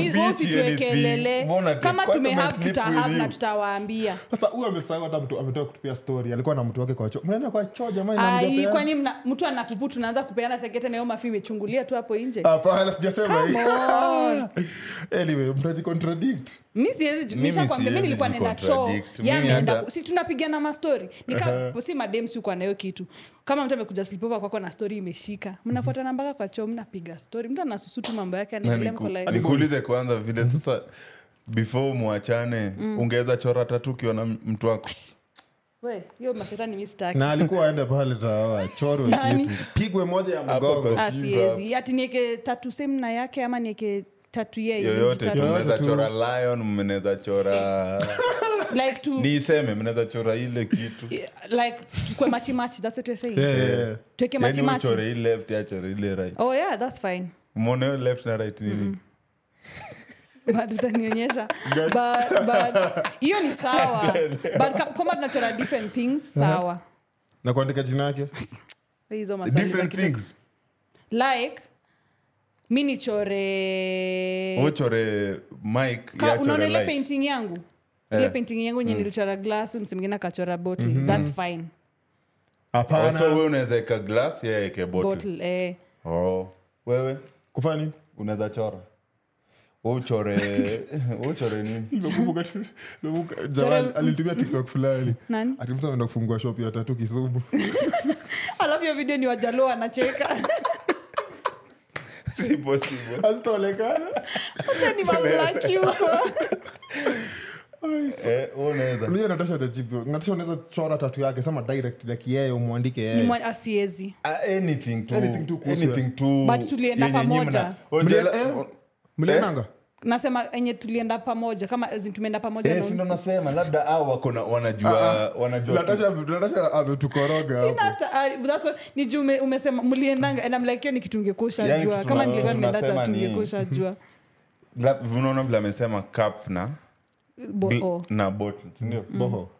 Speaker 2: msituekelele kama tumehave tutahave na tutawaambia
Speaker 1: sasa huyu amesahau hata mtu ametoka kutupia story alikuwa na mtu wake kwa choo mnaenda kwa choo jamani na
Speaker 2: ai
Speaker 1: mjapeana?
Speaker 2: kwani mna- mtu anakupu tunaanza kupeana sekete nayo mafi imechungulia tu hapo nje
Speaker 3: Ah.
Speaker 1: hapana sijasema hii.
Speaker 2: Come on.
Speaker 1: anyway mtajicontradict
Speaker 2: mi siwezi
Speaker 3: Mimi
Speaker 2: nishakwambia mi
Speaker 3: siwezi
Speaker 2: nilikuwa naenda choo
Speaker 3: jicontradict.
Speaker 2: Ya
Speaker 3: Mimi
Speaker 2: ameenda-
Speaker 3: hata-
Speaker 2: si tunapigana mastori nikasi mademsi uko nayo kitu kama mtu amekuja slipova kwako na stori imeshika mnafuatana mpaka kwa choo mnapiga stori mtu anasusutu mambo yake anaendelea mko like-
Speaker 3: nikuulize kwanza vile
Speaker 1: Mhm.
Speaker 3: sasa before mwachane
Speaker 2: Mm.
Speaker 3: ungeweza chora tatu ukiwa na mtu wako
Speaker 2: we hiyo mashetani mi sitaki
Speaker 1: na alikuwa aende pale tawa chorwe
Speaker 2: Nani?
Speaker 1: kitu pigwe moja ya
Speaker 3: Hapo
Speaker 1: mgongo
Speaker 3: kwa
Speaker 2: Ah, siwezi ati nieke tatu semna yake ama nieke tatu yeye
Speaker 3: yoyote
Speaker 2: tatu-
Speaker 1: Yoyote
Speaker 3: tunaweza
Speaker 1: tu.
Speaker 3: chora lion mnaweza chora
Speaker 2: like to
Speaker 3: niiseme mnaweza chora ile kitu
Speaker 2: like tukwe machi machi that's what you're saying
Speaker 1: Yeah, yeah, yeah.
Speaker 2: tuweke machi
Speaker 3: yani
Speaker 2: machi
Speaker 3: Yaani uchore hii left achore ile right
Speaker 2: oh yeah that's fine
Speaker 3: mwone hiyo left na right
Speaker 2: Mm-hmm.
Speaker 3: nini
Speaker 2: But utanionyesha But- but hiyo ni sawa But ka- kama tunachora different things
Speaker 3: Uh-huh.
Speaker 2: sawa
Speaker 1: na kuandika jina yake
Speaker 2: hizo maswali za
Speaker 3: different
Speaker 2: kitek-
Speaker 3: things
Speaker 2: like mi nichore
Speaker 3: uchore mic
Speaker 2: Eh. Ka- unaona ile
Speaker 3: yachore light Eh. Mm.
Speaker 2: painting yangu ile
Speaker 3: Yeah.
Speaker 2: painting yangu yenye nilichora glass msi mwingine akachora bottle
Speaker 3: Mm-hmm.
Speaker 2: thats fine
Speaker 3: also
Speaker 1: hapana
Speaker 3: wewe unaweza eka glass yeye eke bottle
Speaker 2: bottle eh.
Speaker 3: oh wewe
Speaker 1: kufani
Speaker 3: unaweza chora uchore uchore nini
Speaker 1: jamani alitumia
Speaker 2: mm.
Speaker 1: tiktok fulani
Speaker 2: Nani?
Speaker 1: ati mtu ameenda kufungua shop ya tatu kisumu
Speaker 2: alafu hiyo video ni wajaluo anacheka
Speaker 3: si possible
Speaker 1: hazitaonekana
Speaker 2: ni mamlaki huko
Speaker 3: eh wewe unaweza
Speaker 1: unajua natasha tachipo natasha unaweza chora tatu yake sema direct like yeye umwandike
Speaker 2: Ni
Speaker 1: yeye
Speaker 2: mwa- asiezi
Speaker 3: Ah, anything to
Speaker 1: Anything tu kuhusu
Speaker 3: anything
Speaker 1: wewe.
Speaker 3: to
Speaker 2: But tulienda
Speaker 3: yenye nyinyi
Speaker 2: pamoja.
Speaker 3: mna- Ongela-
Speaker 1: Mlia- eh?
Speaker 3: o-
Speaker 1: mliananga
Speaker 2: nasema enye tulienda pamoja kama as in tumeenda pamoja
Speaker 3: Eh,
Speaker 2: na
Speaker 3: si ndo
Speaker 2: unzi.
Speaker 3: nasema labda au wako na- wanajua wanajua tu.
Speaker 1: Ah, natasha natasha ametukoroga
Speaker 2: Sina
Speaker 1: hapo
Speaker 2: hata- ah, that's why- ni juu ume- umesema mliendanga and I'm like, hiyo ni kitu ngekusha
Speaker 3: Yaani
Speaker 2: jua
Speaker 3: kitu
Speaker 2: kama
Speaker 3: tuna-
Speaker 2: nilikuwa nimeenda
Speaker 3: tunasema
Speaker 2: tatu
Speaker 3: ni-
Speaker 2: ngekusha jua
Speaker 3: La- unaona vile amesema cup na
Speaker 2: Bo-
Speaker 3: gl-
Speaker 2: oh.
Speaker 3: na bottle si ndio?
Speaker 2: Mm.
Speaker 1: boho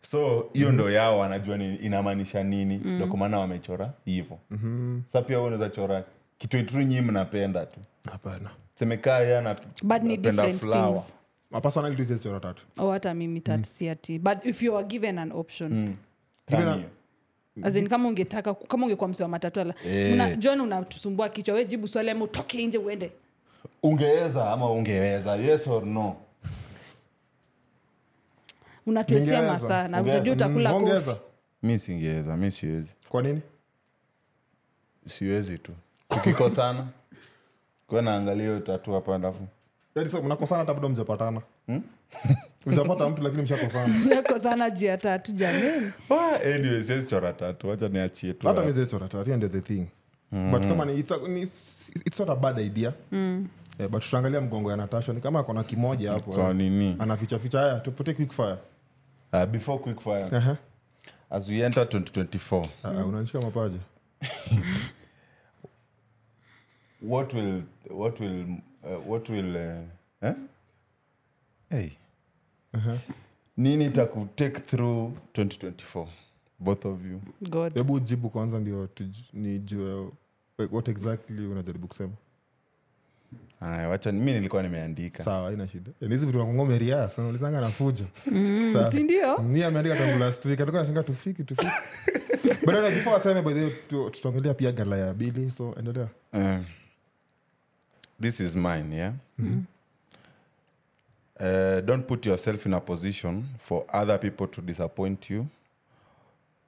Speaker 3: so hiyo
Speaker 1: Mm.
Speaker 3: ndo yao wanajua ni, inamaanisha nini
Speaker 2: Mm.
Speaker 3: ndo kwa maana wamechora hivo
Speaker 1: Mm-hmm.
Speaker 3: sa pia wewe unaweza chora kitu tu nyii mnapenda tu
Speaker 1: hapana
Speaker 3: semekaa ye ana-
Speaker 2: But ni
Speaker 3: anapenda
Speaker 2: different
Speaker 3: flower Mm.
Speaker 2: things.
Speaker 1: mapersonality hizi chora tatu
Speaker 2: Oh, hata mimi tatu si ati but if you are given an option
Speaker 3: Kama
Speaker 1: Even-
Speaker 3: hiyo.
Speaker 2: As in, kama ungetaka kama ungekuwa msewa matatwala
Speaker 3: Eh.
Speaker 2: Mna- john unatusumbua kichwa we jibu swali ama utoke nje uende
Speaker 3: ungeweza ama ungeweza yes or no
Speaker 2: unatuesia
Speaker 1: Ningeweza.
Speaker 2: masaa na
Speaker 3: Ungeweza.
Speaker 2: utajua utakula
Speaker 1: Mm,
Speaker 2: kofi.
Speaker 1: ongeza
Speaker 3: mi singeweza mi siwezi
Speaker 1: kwa nini
Speaker 3: siwezi tu tukikosana kwa naangalia hiyo tatu hapa alafu
Speaker 1: Yaani sasa mnakosana hata bado mjapatana
Speaker 3: Hmm?
Speaker 1: mjapata mtu lakini mshakosana
Speaker 2: Yako sana juu ya tatu jameni
Speaker 3: Ah, anyway, siwezi chora tatu wacha niachie tu
Speaker 1: hata
Speaker 3: hapo.
Speaker 1: mizechorata at the end of the thing but
Speaker 3: Hmm.
Speaker 1: kama ni, it's, a, ni, it's not a bad idea yeah, but tutaangalia mgongo ya natasha ni kama akona kimoja hapo
Speaker 3: Kwa
Speaker 1: eh.
Speaker 3: nini
Speaker 1: anafichaficha haya tupate quick fire
Speaker 3: Ah, before quick fire
Speaker 1: Aha.
Speaker 3: as we enter 2024
Speaker 1: Ah, unanishika mapaja
Speaker 3: what will what will uh, what will uh, eh? hey. nini itakutake through 2024 both of you
Speaker 2: god
Speaker 1: hebu jibu kwanza ndio tuj- nijue eh, what exactly unajaribu kusema
Speaker 3: haya wacha mi nilikuwa nimeandika
Speaker 1: sawa haina shida Eh, hizi vitu makongomeria naulizanga na fujo Sawa.
Speaker 2: sindio
Speaker 1: Ni ameandika tangu last week atakuwa anashangaa tufiki tufiki but anyway, before aseme by the way tu- tutaongelea pia gala ya bili so endelea
Speaker 3: Eh, this is mine yeah Eh, don't put yourself in a position for other people to disappoint you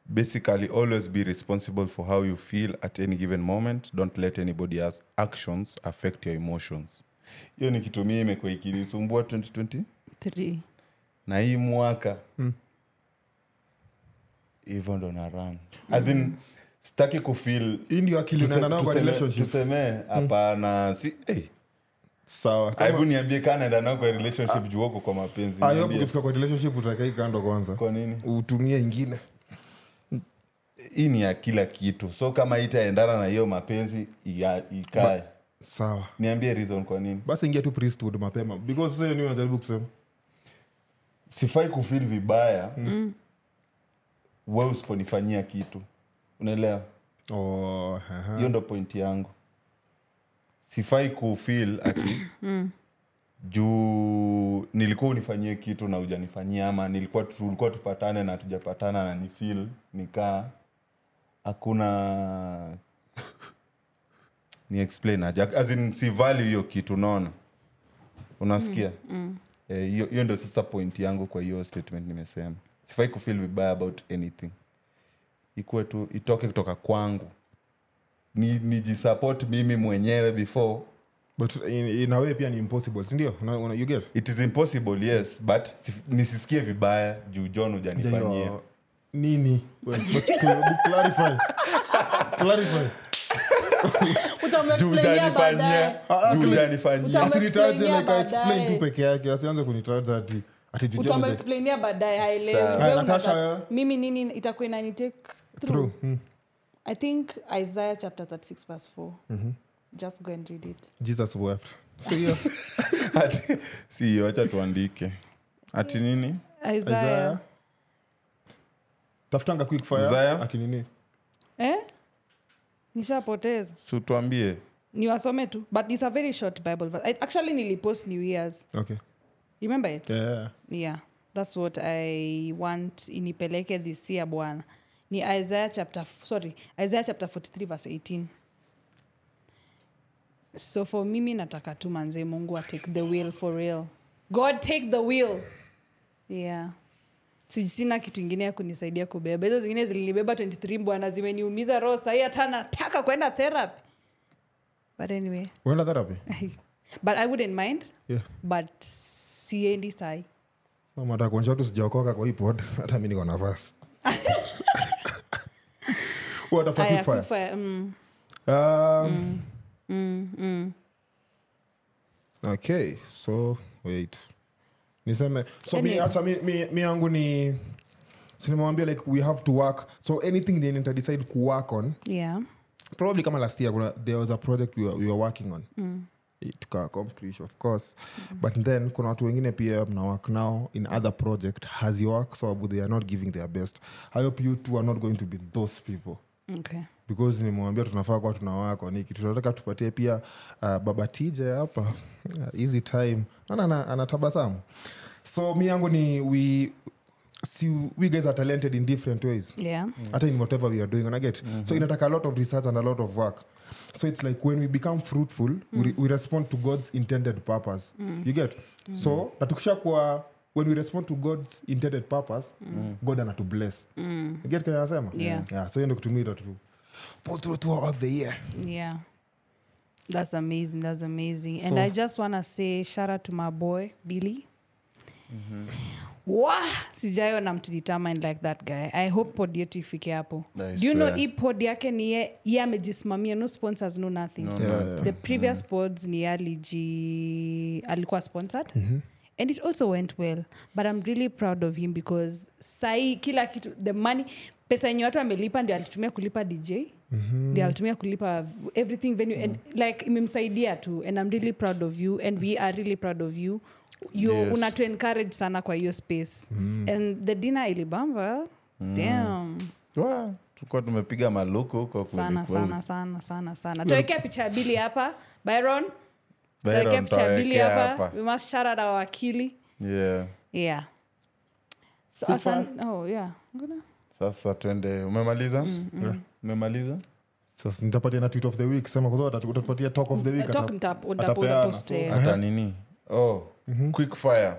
Speaker 3: basically always be responsible for how you feel at any given moment don't let anybody else actions affect your emotions hiyo ni kitu mii imekuwa ikinisumbua 2020
Speaker 2: Three.
Speaker 3: na hii mwaka hivyo ndo naran mm. sitaki kufil
Speaker 1: hii ndio akili unaenda nayo kwa relationship
Speaker 3: tusemee hapana si hey,
Speaker 1: sawa Kama-
Speaker 3: hebu niambie kaa naenda nao kwa relationship juu huko kwa mapenzi
Speaker 1: I hope
Speaker 3: niambie.
Speaker 1: ukifika kwa relationship utakae kando kwanza
Speaker 3: kwa nini
Speaker 1: utumie ingine
Speaker 3: hii ni ya kila kitu so kama itaendana na hiyo mapenzi ya- ikae
Speaker 1: sawa
Speaker 3: niambie reason kwa nini
Speaker 1: basi ingia tu priesthood mapema because sasa ni unajaribu kusema
Speaker 3: sifai kufil vibaya
Speaker 1: Hmm.
Speaker 3: mm. we usiponifanyia kitu unaelewa
Speaker 1: oh, aha.
Speaker 3: hiyo ndo pointi yangu sifai kufil ati juu nilikuwa unifanyie kitu na ujanifanyia ama nilikuwa tu- tulikuwa tupatane na tujapatana na nifil nikaa hakuna ni explain aje as in si value hiyo kitu unaona unasikia Eh, hiyo mm. ndo sasa point yangu kwa hiyo statement nimesema sifai kufil vibaya about anything ikuwe tu itoke kutoka kwangu ni- nijisupport mimi mwenyewe before
Speaker 1: but in, in a way pia ni impossible sindio Una- una- you get
Speaker 3: it is impossible yes but sif- nisisikie vibaya juu john hujanifanyia
Speaker 1: Jayo, nini Well, but to- clarify clarify
Speaker 3: Juu
Speaker 2: utamexplainia baadaye
Speaker 3: hujanifanyia, Ah,
Speaker 1: baadaye.
Speaker 3: juu hujanifanyia.
Speaker 2: Utam-
Speaker 1: asinitaje
Speaker 2: Utamexplainia
Speaker 1: like I explain
Speaker 2: baadaye.
Speaker 1: tu peke yake asianze kunitaja ati ati juu jana like,
Speaker 2: utamexplainia baadaye
Speaker 3: Sawa.
Speaker 2: haelewi
Speaker 1: Haya,
Speaker 2: Wewe
Speaker 1: Natasha,
Speaker 2: unataka-
Speaker 1: wewe?
Speaker 2: mimi nini itakuwa inanitake
Speaker 1: through
Speaker 2: through
Speaker 1: mm.
Speaker 2: i think isaiah chapter 36 verse 4
Speaker 3: Mm-hmm.
Speaker 2: just go and read it
Speaker 1: jesus wept so yeah
Speaker 3: Ati- si wacha tuandike ati nini
Speaker 1: Isaiah.
Speaker 2: isaiah
Speaker 1: tafutanga quick fire
Speaker 3: Isaiah?
Speaker 1: ati nini
Speaker 2: eh? nishapoteza
Speaker 3: situambie
Speaker 2: niwasome tu but it's a very short bible verse. I, actually nilipost new years
Speaker 1: okay
Speaker 2: remember it
Speaker 1: yeah
Speaker 2: yeah that's what i want inipeleke this year bwana ni isaiah chapter sorry isaiah chapter 43 verse 18 so for mimi nataka tu manze mungu atake the will for real god take the will yeah Si- sina kitu ingine ya kunisaidia kubeba hizo zingine zilinibeba 23 bwana zimeniumiza roho sahii hata nataka kwenda therapy but anyway
Speaker 1: uenda therapy
Speaker 2: but i wouldn't mind
Speaker 1: yeah
Speaker 2: but siendi sai
Speaker 1: mama hata kuonja tu sijaokoka kwa hii pod hata mimi niko na verse what after quick
Speaker 2: Aya,
Speaker 1: fire
Speaker 2: quick fire, mm.
Speaker 1: um okay so wait niseme so mi
Speaker 2: Anyway.
Speaker 1: hasa mi- mi- mi yangu ni sinimwambia like we have to work so anything then nitadecide kuwork on
Speaker 2: yeah
Speaker 1: probably kama last year kuna, there was a project we were, we were working on mm. tukaaccomplish of course mm. but then kuna watu wengine pia mnawak nao in other project haziwork sababu they are not giving their best i hope you two are not going to be those people
Speaker 2: okay
Speaker 1: because nimewambia tunafaa kuwa tunawako niki tunataka tupatie pia uh, baba tija hapa uh, easy time Naona ana- anatabasamu so mi yangu ni we, si, we guys are talented in different ways
Speaker 2: yeah
Speaker 1: Mm. hata in whatever we are doing unaget so
Speaker 2: Mm-hmm.
Speaker 1: inataka a lot of research and a lot of work so it's like when we become fruitful we,
Speaker 2: Mm.
Speaker 1: re- we respond to god's intended purpose you get
Speaker 2: Mm.
Speaker 1: so na tukishakuwa when we respond to god's intended purpose god ana to bless you get kaya nasema
Speaker 2: Mm. Yeah.
Speaker 1: yeah, so hiyo ndio kutumia tu pull through throughout the year
Speaker 2: yeah that's amazing that's amazing and
Speaker 1: So-
Speaker 2: i just want to say shout out to my boy billy
Speaker 1: Mm-hmm.
Speaker 2: wa sijaiona mtu determined like that guy i hope pod yetu ifike hapo
Speaker 3: I
Speaker 2: do you know
Speaker 3: swear.
Speaker 2: hii pod yake ni ye ye amejisimamia no sponsors no nothing
Speaker 3: No,
Speaker 1: Yeah, Mm-hmm. nothing.
Speaker 2: the previous pods ni ye aliji alikuwa sponsored
Speaker 1: Mm-hmm.
Speaker 2: and it also went well but i'm really proud of him because sai kila kitu the money pesa yenye watu amelipa ndio alitumia kulipa dj ndio alitumia kulipa v- everything venue and like imemsaidia tu and i'm really proud of you and we are really proud of you you
Speaker 3: Yes.
Speaker 2: unatu encourage sana kwa hiyo space and the dinner ilibamba
Speaker 3: Mm.
Speaker 2: damn
Speaker 3: Wa, tulikuwa tumepiga maluku huko kweli
Speaker 2: sana
Speaker 3: kweli.
Speaker 2: sana sana sana sana tuwekea picha ya bili hapa byron
Speaker 3: Bero
Speaker 2: capture Billy
Speaker 3: mtawekea
Speaker 2: hapa
Speaker 3: hapa
Speaker 2: we must shout out our akili
Speaker 3: yeah
Speaker 2: yeah so
Speaker 1: Too
Speaker 2: asan oh yeah I'm gonna-
Speaker 3: sasa twende umemaliza
Speaker 2: Mm,
Speaker 3: Yeah. umemaliza
Speaker 1: sasa nitapatia na tweet of the week sema kwa sababu utatupatia talk of the week
Speaker 2: Uh, talk
Speaker 1: ata-
Speaker 2: nitap- nitap-
Speaker 1: atapeana.
Speaker 2: post, eh.
Speaker 3: hata nini oh quick fire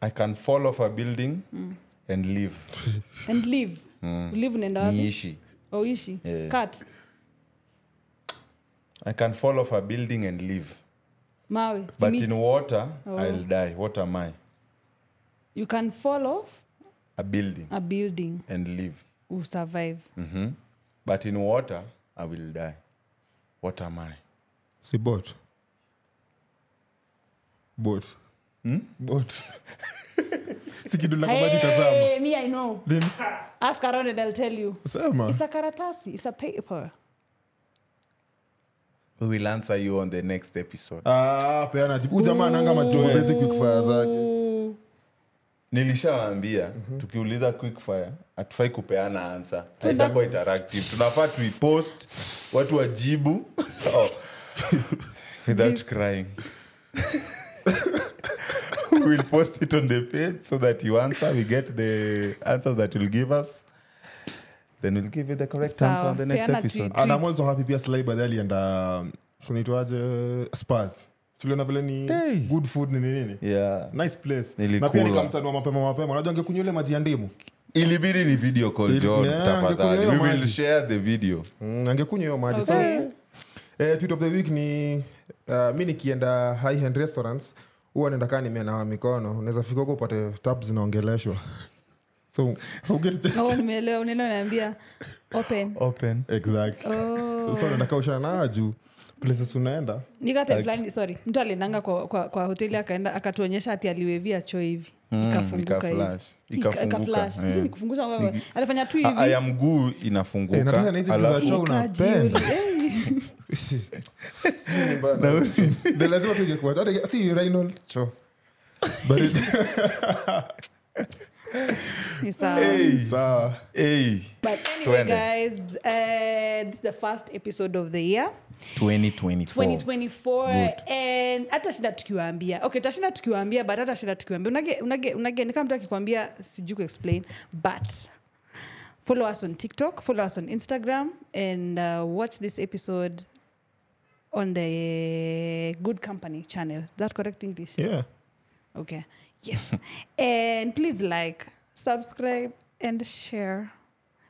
Speaker 3: i can fall off a building and live
Speaker 2: and live live unaenda wapi Oh,
Speaker 3: niishi
Speaker 2: oishi
Speaker 3: Yeah.
Speaker 2: kat
Speaker 3: i can fall off a building and live
Speaker 2: mawe si
Speaker 3: but
Speaker 2: miti.
Speaker 3: in water
Speaker 2: Oh.
Speaker 3: i'll die what am i
Speaker 2: you can fall off
Speaker 3: a building
Speaker 2: a building
Speaker 3: and live
Speaker 2: usurvive
Speaker 3: Mhm. but in water i will die what am i
Speaker 1: si bot bot bot si kitu la kwa maji tazama
Speaker 2: Hmm? hey, me i know
Speaker 1: Then,
Speaker 2: ask around and i'll tell you
Speaker 1: sema
Speaker 2: it's a karatasi it's a paper
Speaker 3: we will answer you on the next episode
Speaker 1: Ah, peana jibu Huyu jamaa ananga majibu hizi quick fire zake
Speaker 2: Ooh.
Speaker 3: nilishawaambia tukiuliza quick fire hatufai kupeana ansa haitakuwa interactive tunafaa tuipost watu wajibu oh. without crying we will post it on the page so that you answer we get the answers that you'll give us then we'll give you the correct
Speaker 2: Sawa.
Speaker 3: answer on the next
Speaker 2: Peana
Speaker 3: episode
Speaker 2: tweet.
Speaker 1: ana mwanzo hapi pia slai baadaye alienda um, tunaitwaje spars tuliona vile ni
Speaker 3: Hey.
Speaker 1: good food ni nini
Speaker 3: yeah
Speaker 1: nice place na pia
Speaker 3: Nilikula.
Speaker 1: nikamtanua mapema mapema unajua angekunywa ile maji ya ndimu
Speaker 3: ilibidi ni video call
Speaker 1: Ili-
Speaker 3: john
Speaker 1: Yeah, angekunywa
Speaker 3: tafadhali we
Speaker 1: hiyo
Speaker 3: will
Speaker 1: maji.
Speaker 3: share the video
Speaker 1: Mm, angekunywa hiyo maji so,
Speaker 2: Okay.
Speaker 1: eh, tweet of the week ni uh, mi nikienda high end restaurants huwa naenda kaa nimenawa mikono unaweza fika huko upate tap zinaongeleshwa so hauget-
Speaker 2: Oh, nimeelewa unaenda unaambia open
Speaker 3: open
Speaker 1: exactly
Speaker 2: Oh.
Speaker 1: so unaenda kaa ushanaa juu places unaenda
Speaker 2: nikata fulani sorry mtu aliendanga kwa, kwa, kwa hoteli akaenda akatuonyesha ati aliwevia choo hivi
Speaker 3: Mm,
Speaker 2: ikafunguka hivi.
Speaker 3: ikaflash.
Speaker 2: Ika-
Speaker 3: Ikafunguka,
Speaker 2: ikaflash. Sijui
Speaker 3: eh.
Speaker 2: nikufungusha kwa- alifanya tu
Speaker 3: Ah, ah,
Speaker 2: hivi
Speaker 3: ya mguu
Speaker 1: Eh, nataka na hizi
Speaker 3: inafunguka
Speaker 1: vitu za
Speaker 3: alafu-
Speaker 1: choo
Speaker 2: Kaji,
Speaker 1: unapenda
Speaker 2: eh.
Speaker 1: Sijui ni mbaya. Ndio lazima tuige kwa- hata inge- si urinal, choo. Baridi.
Speaker 2: Ni sawa.
Speaker 1: Sawa.
Speaker 3: Hey,
Speaker 2: But anyway,
Speaker 3: Tuende.
Speaker 2: guys, uh, this is the first episode of the year
Speaker 3: 2024.
Speaker 2: 2024 and hata shida tukiwaambia okay tashinda tukiwaambia but hata shida tukiwaambia unage, unage, unage ni kama mtu akikwambia sijui kuexplain but follow us on tiktok follow us on instagram and uh, watch this episode on the good company channel is that correct english
Speaker 1: Yeah.
Speaker 2: okay yes and please like subscribe and share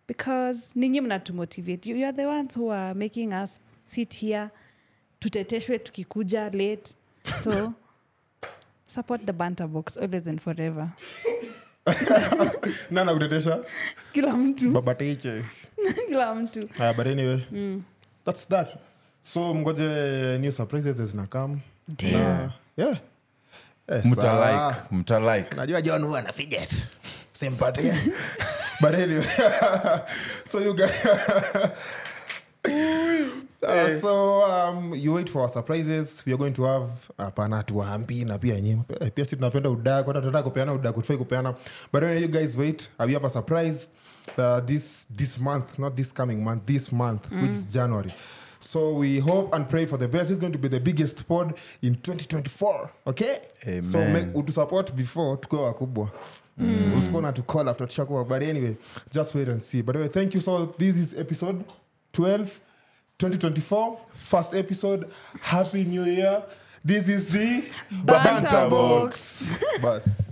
Speaker 2: because ninyi mna tumotivate you, you are the ones who are making us sit here tuteteshwe tukikuja late so support the banter box always and forever
Speaker 1: nana kutetesha
Speaker 2: kila
Speaker 1: Mm.
Speaker 2: mtu
Speaker 1: babatiche
Speaker 2: kila mtu
Speaker 1: haya but anyway that's that so mngoje new surprises zinakam
Speaker 3: Yeah.
Speaker 1: yeah Eh, sawa.
Speaker 3: Mtalike, mtalike.
Speaker 1: najua john huwa anafijet simpatia but anyway so you guys Uh, so um, you wait for our surprises we are going to have hapana tuwaambi na pia nyima pia si tunapenda udaku hata tunataka kupeana udaku tufai kupeana but anyway, you guys wait uh, we have a surprise uh, this this month not this coming month this month which is january so we hope and pray for the best it's going to be the biggest pod in 2024 okay so
Speaker 3: Amen.
Speaker 1: make, utusupport before tukuwe wakubwa mm. usikuwa natucall after tushakuwa but anyway just wait and see but anyway, thank you so this is episode 12 2024 first episode happy new year this is the
Speaker 2: Banter
Speaker 1: Banter
Speaker 2: Box.
Speaker 1: Box. bas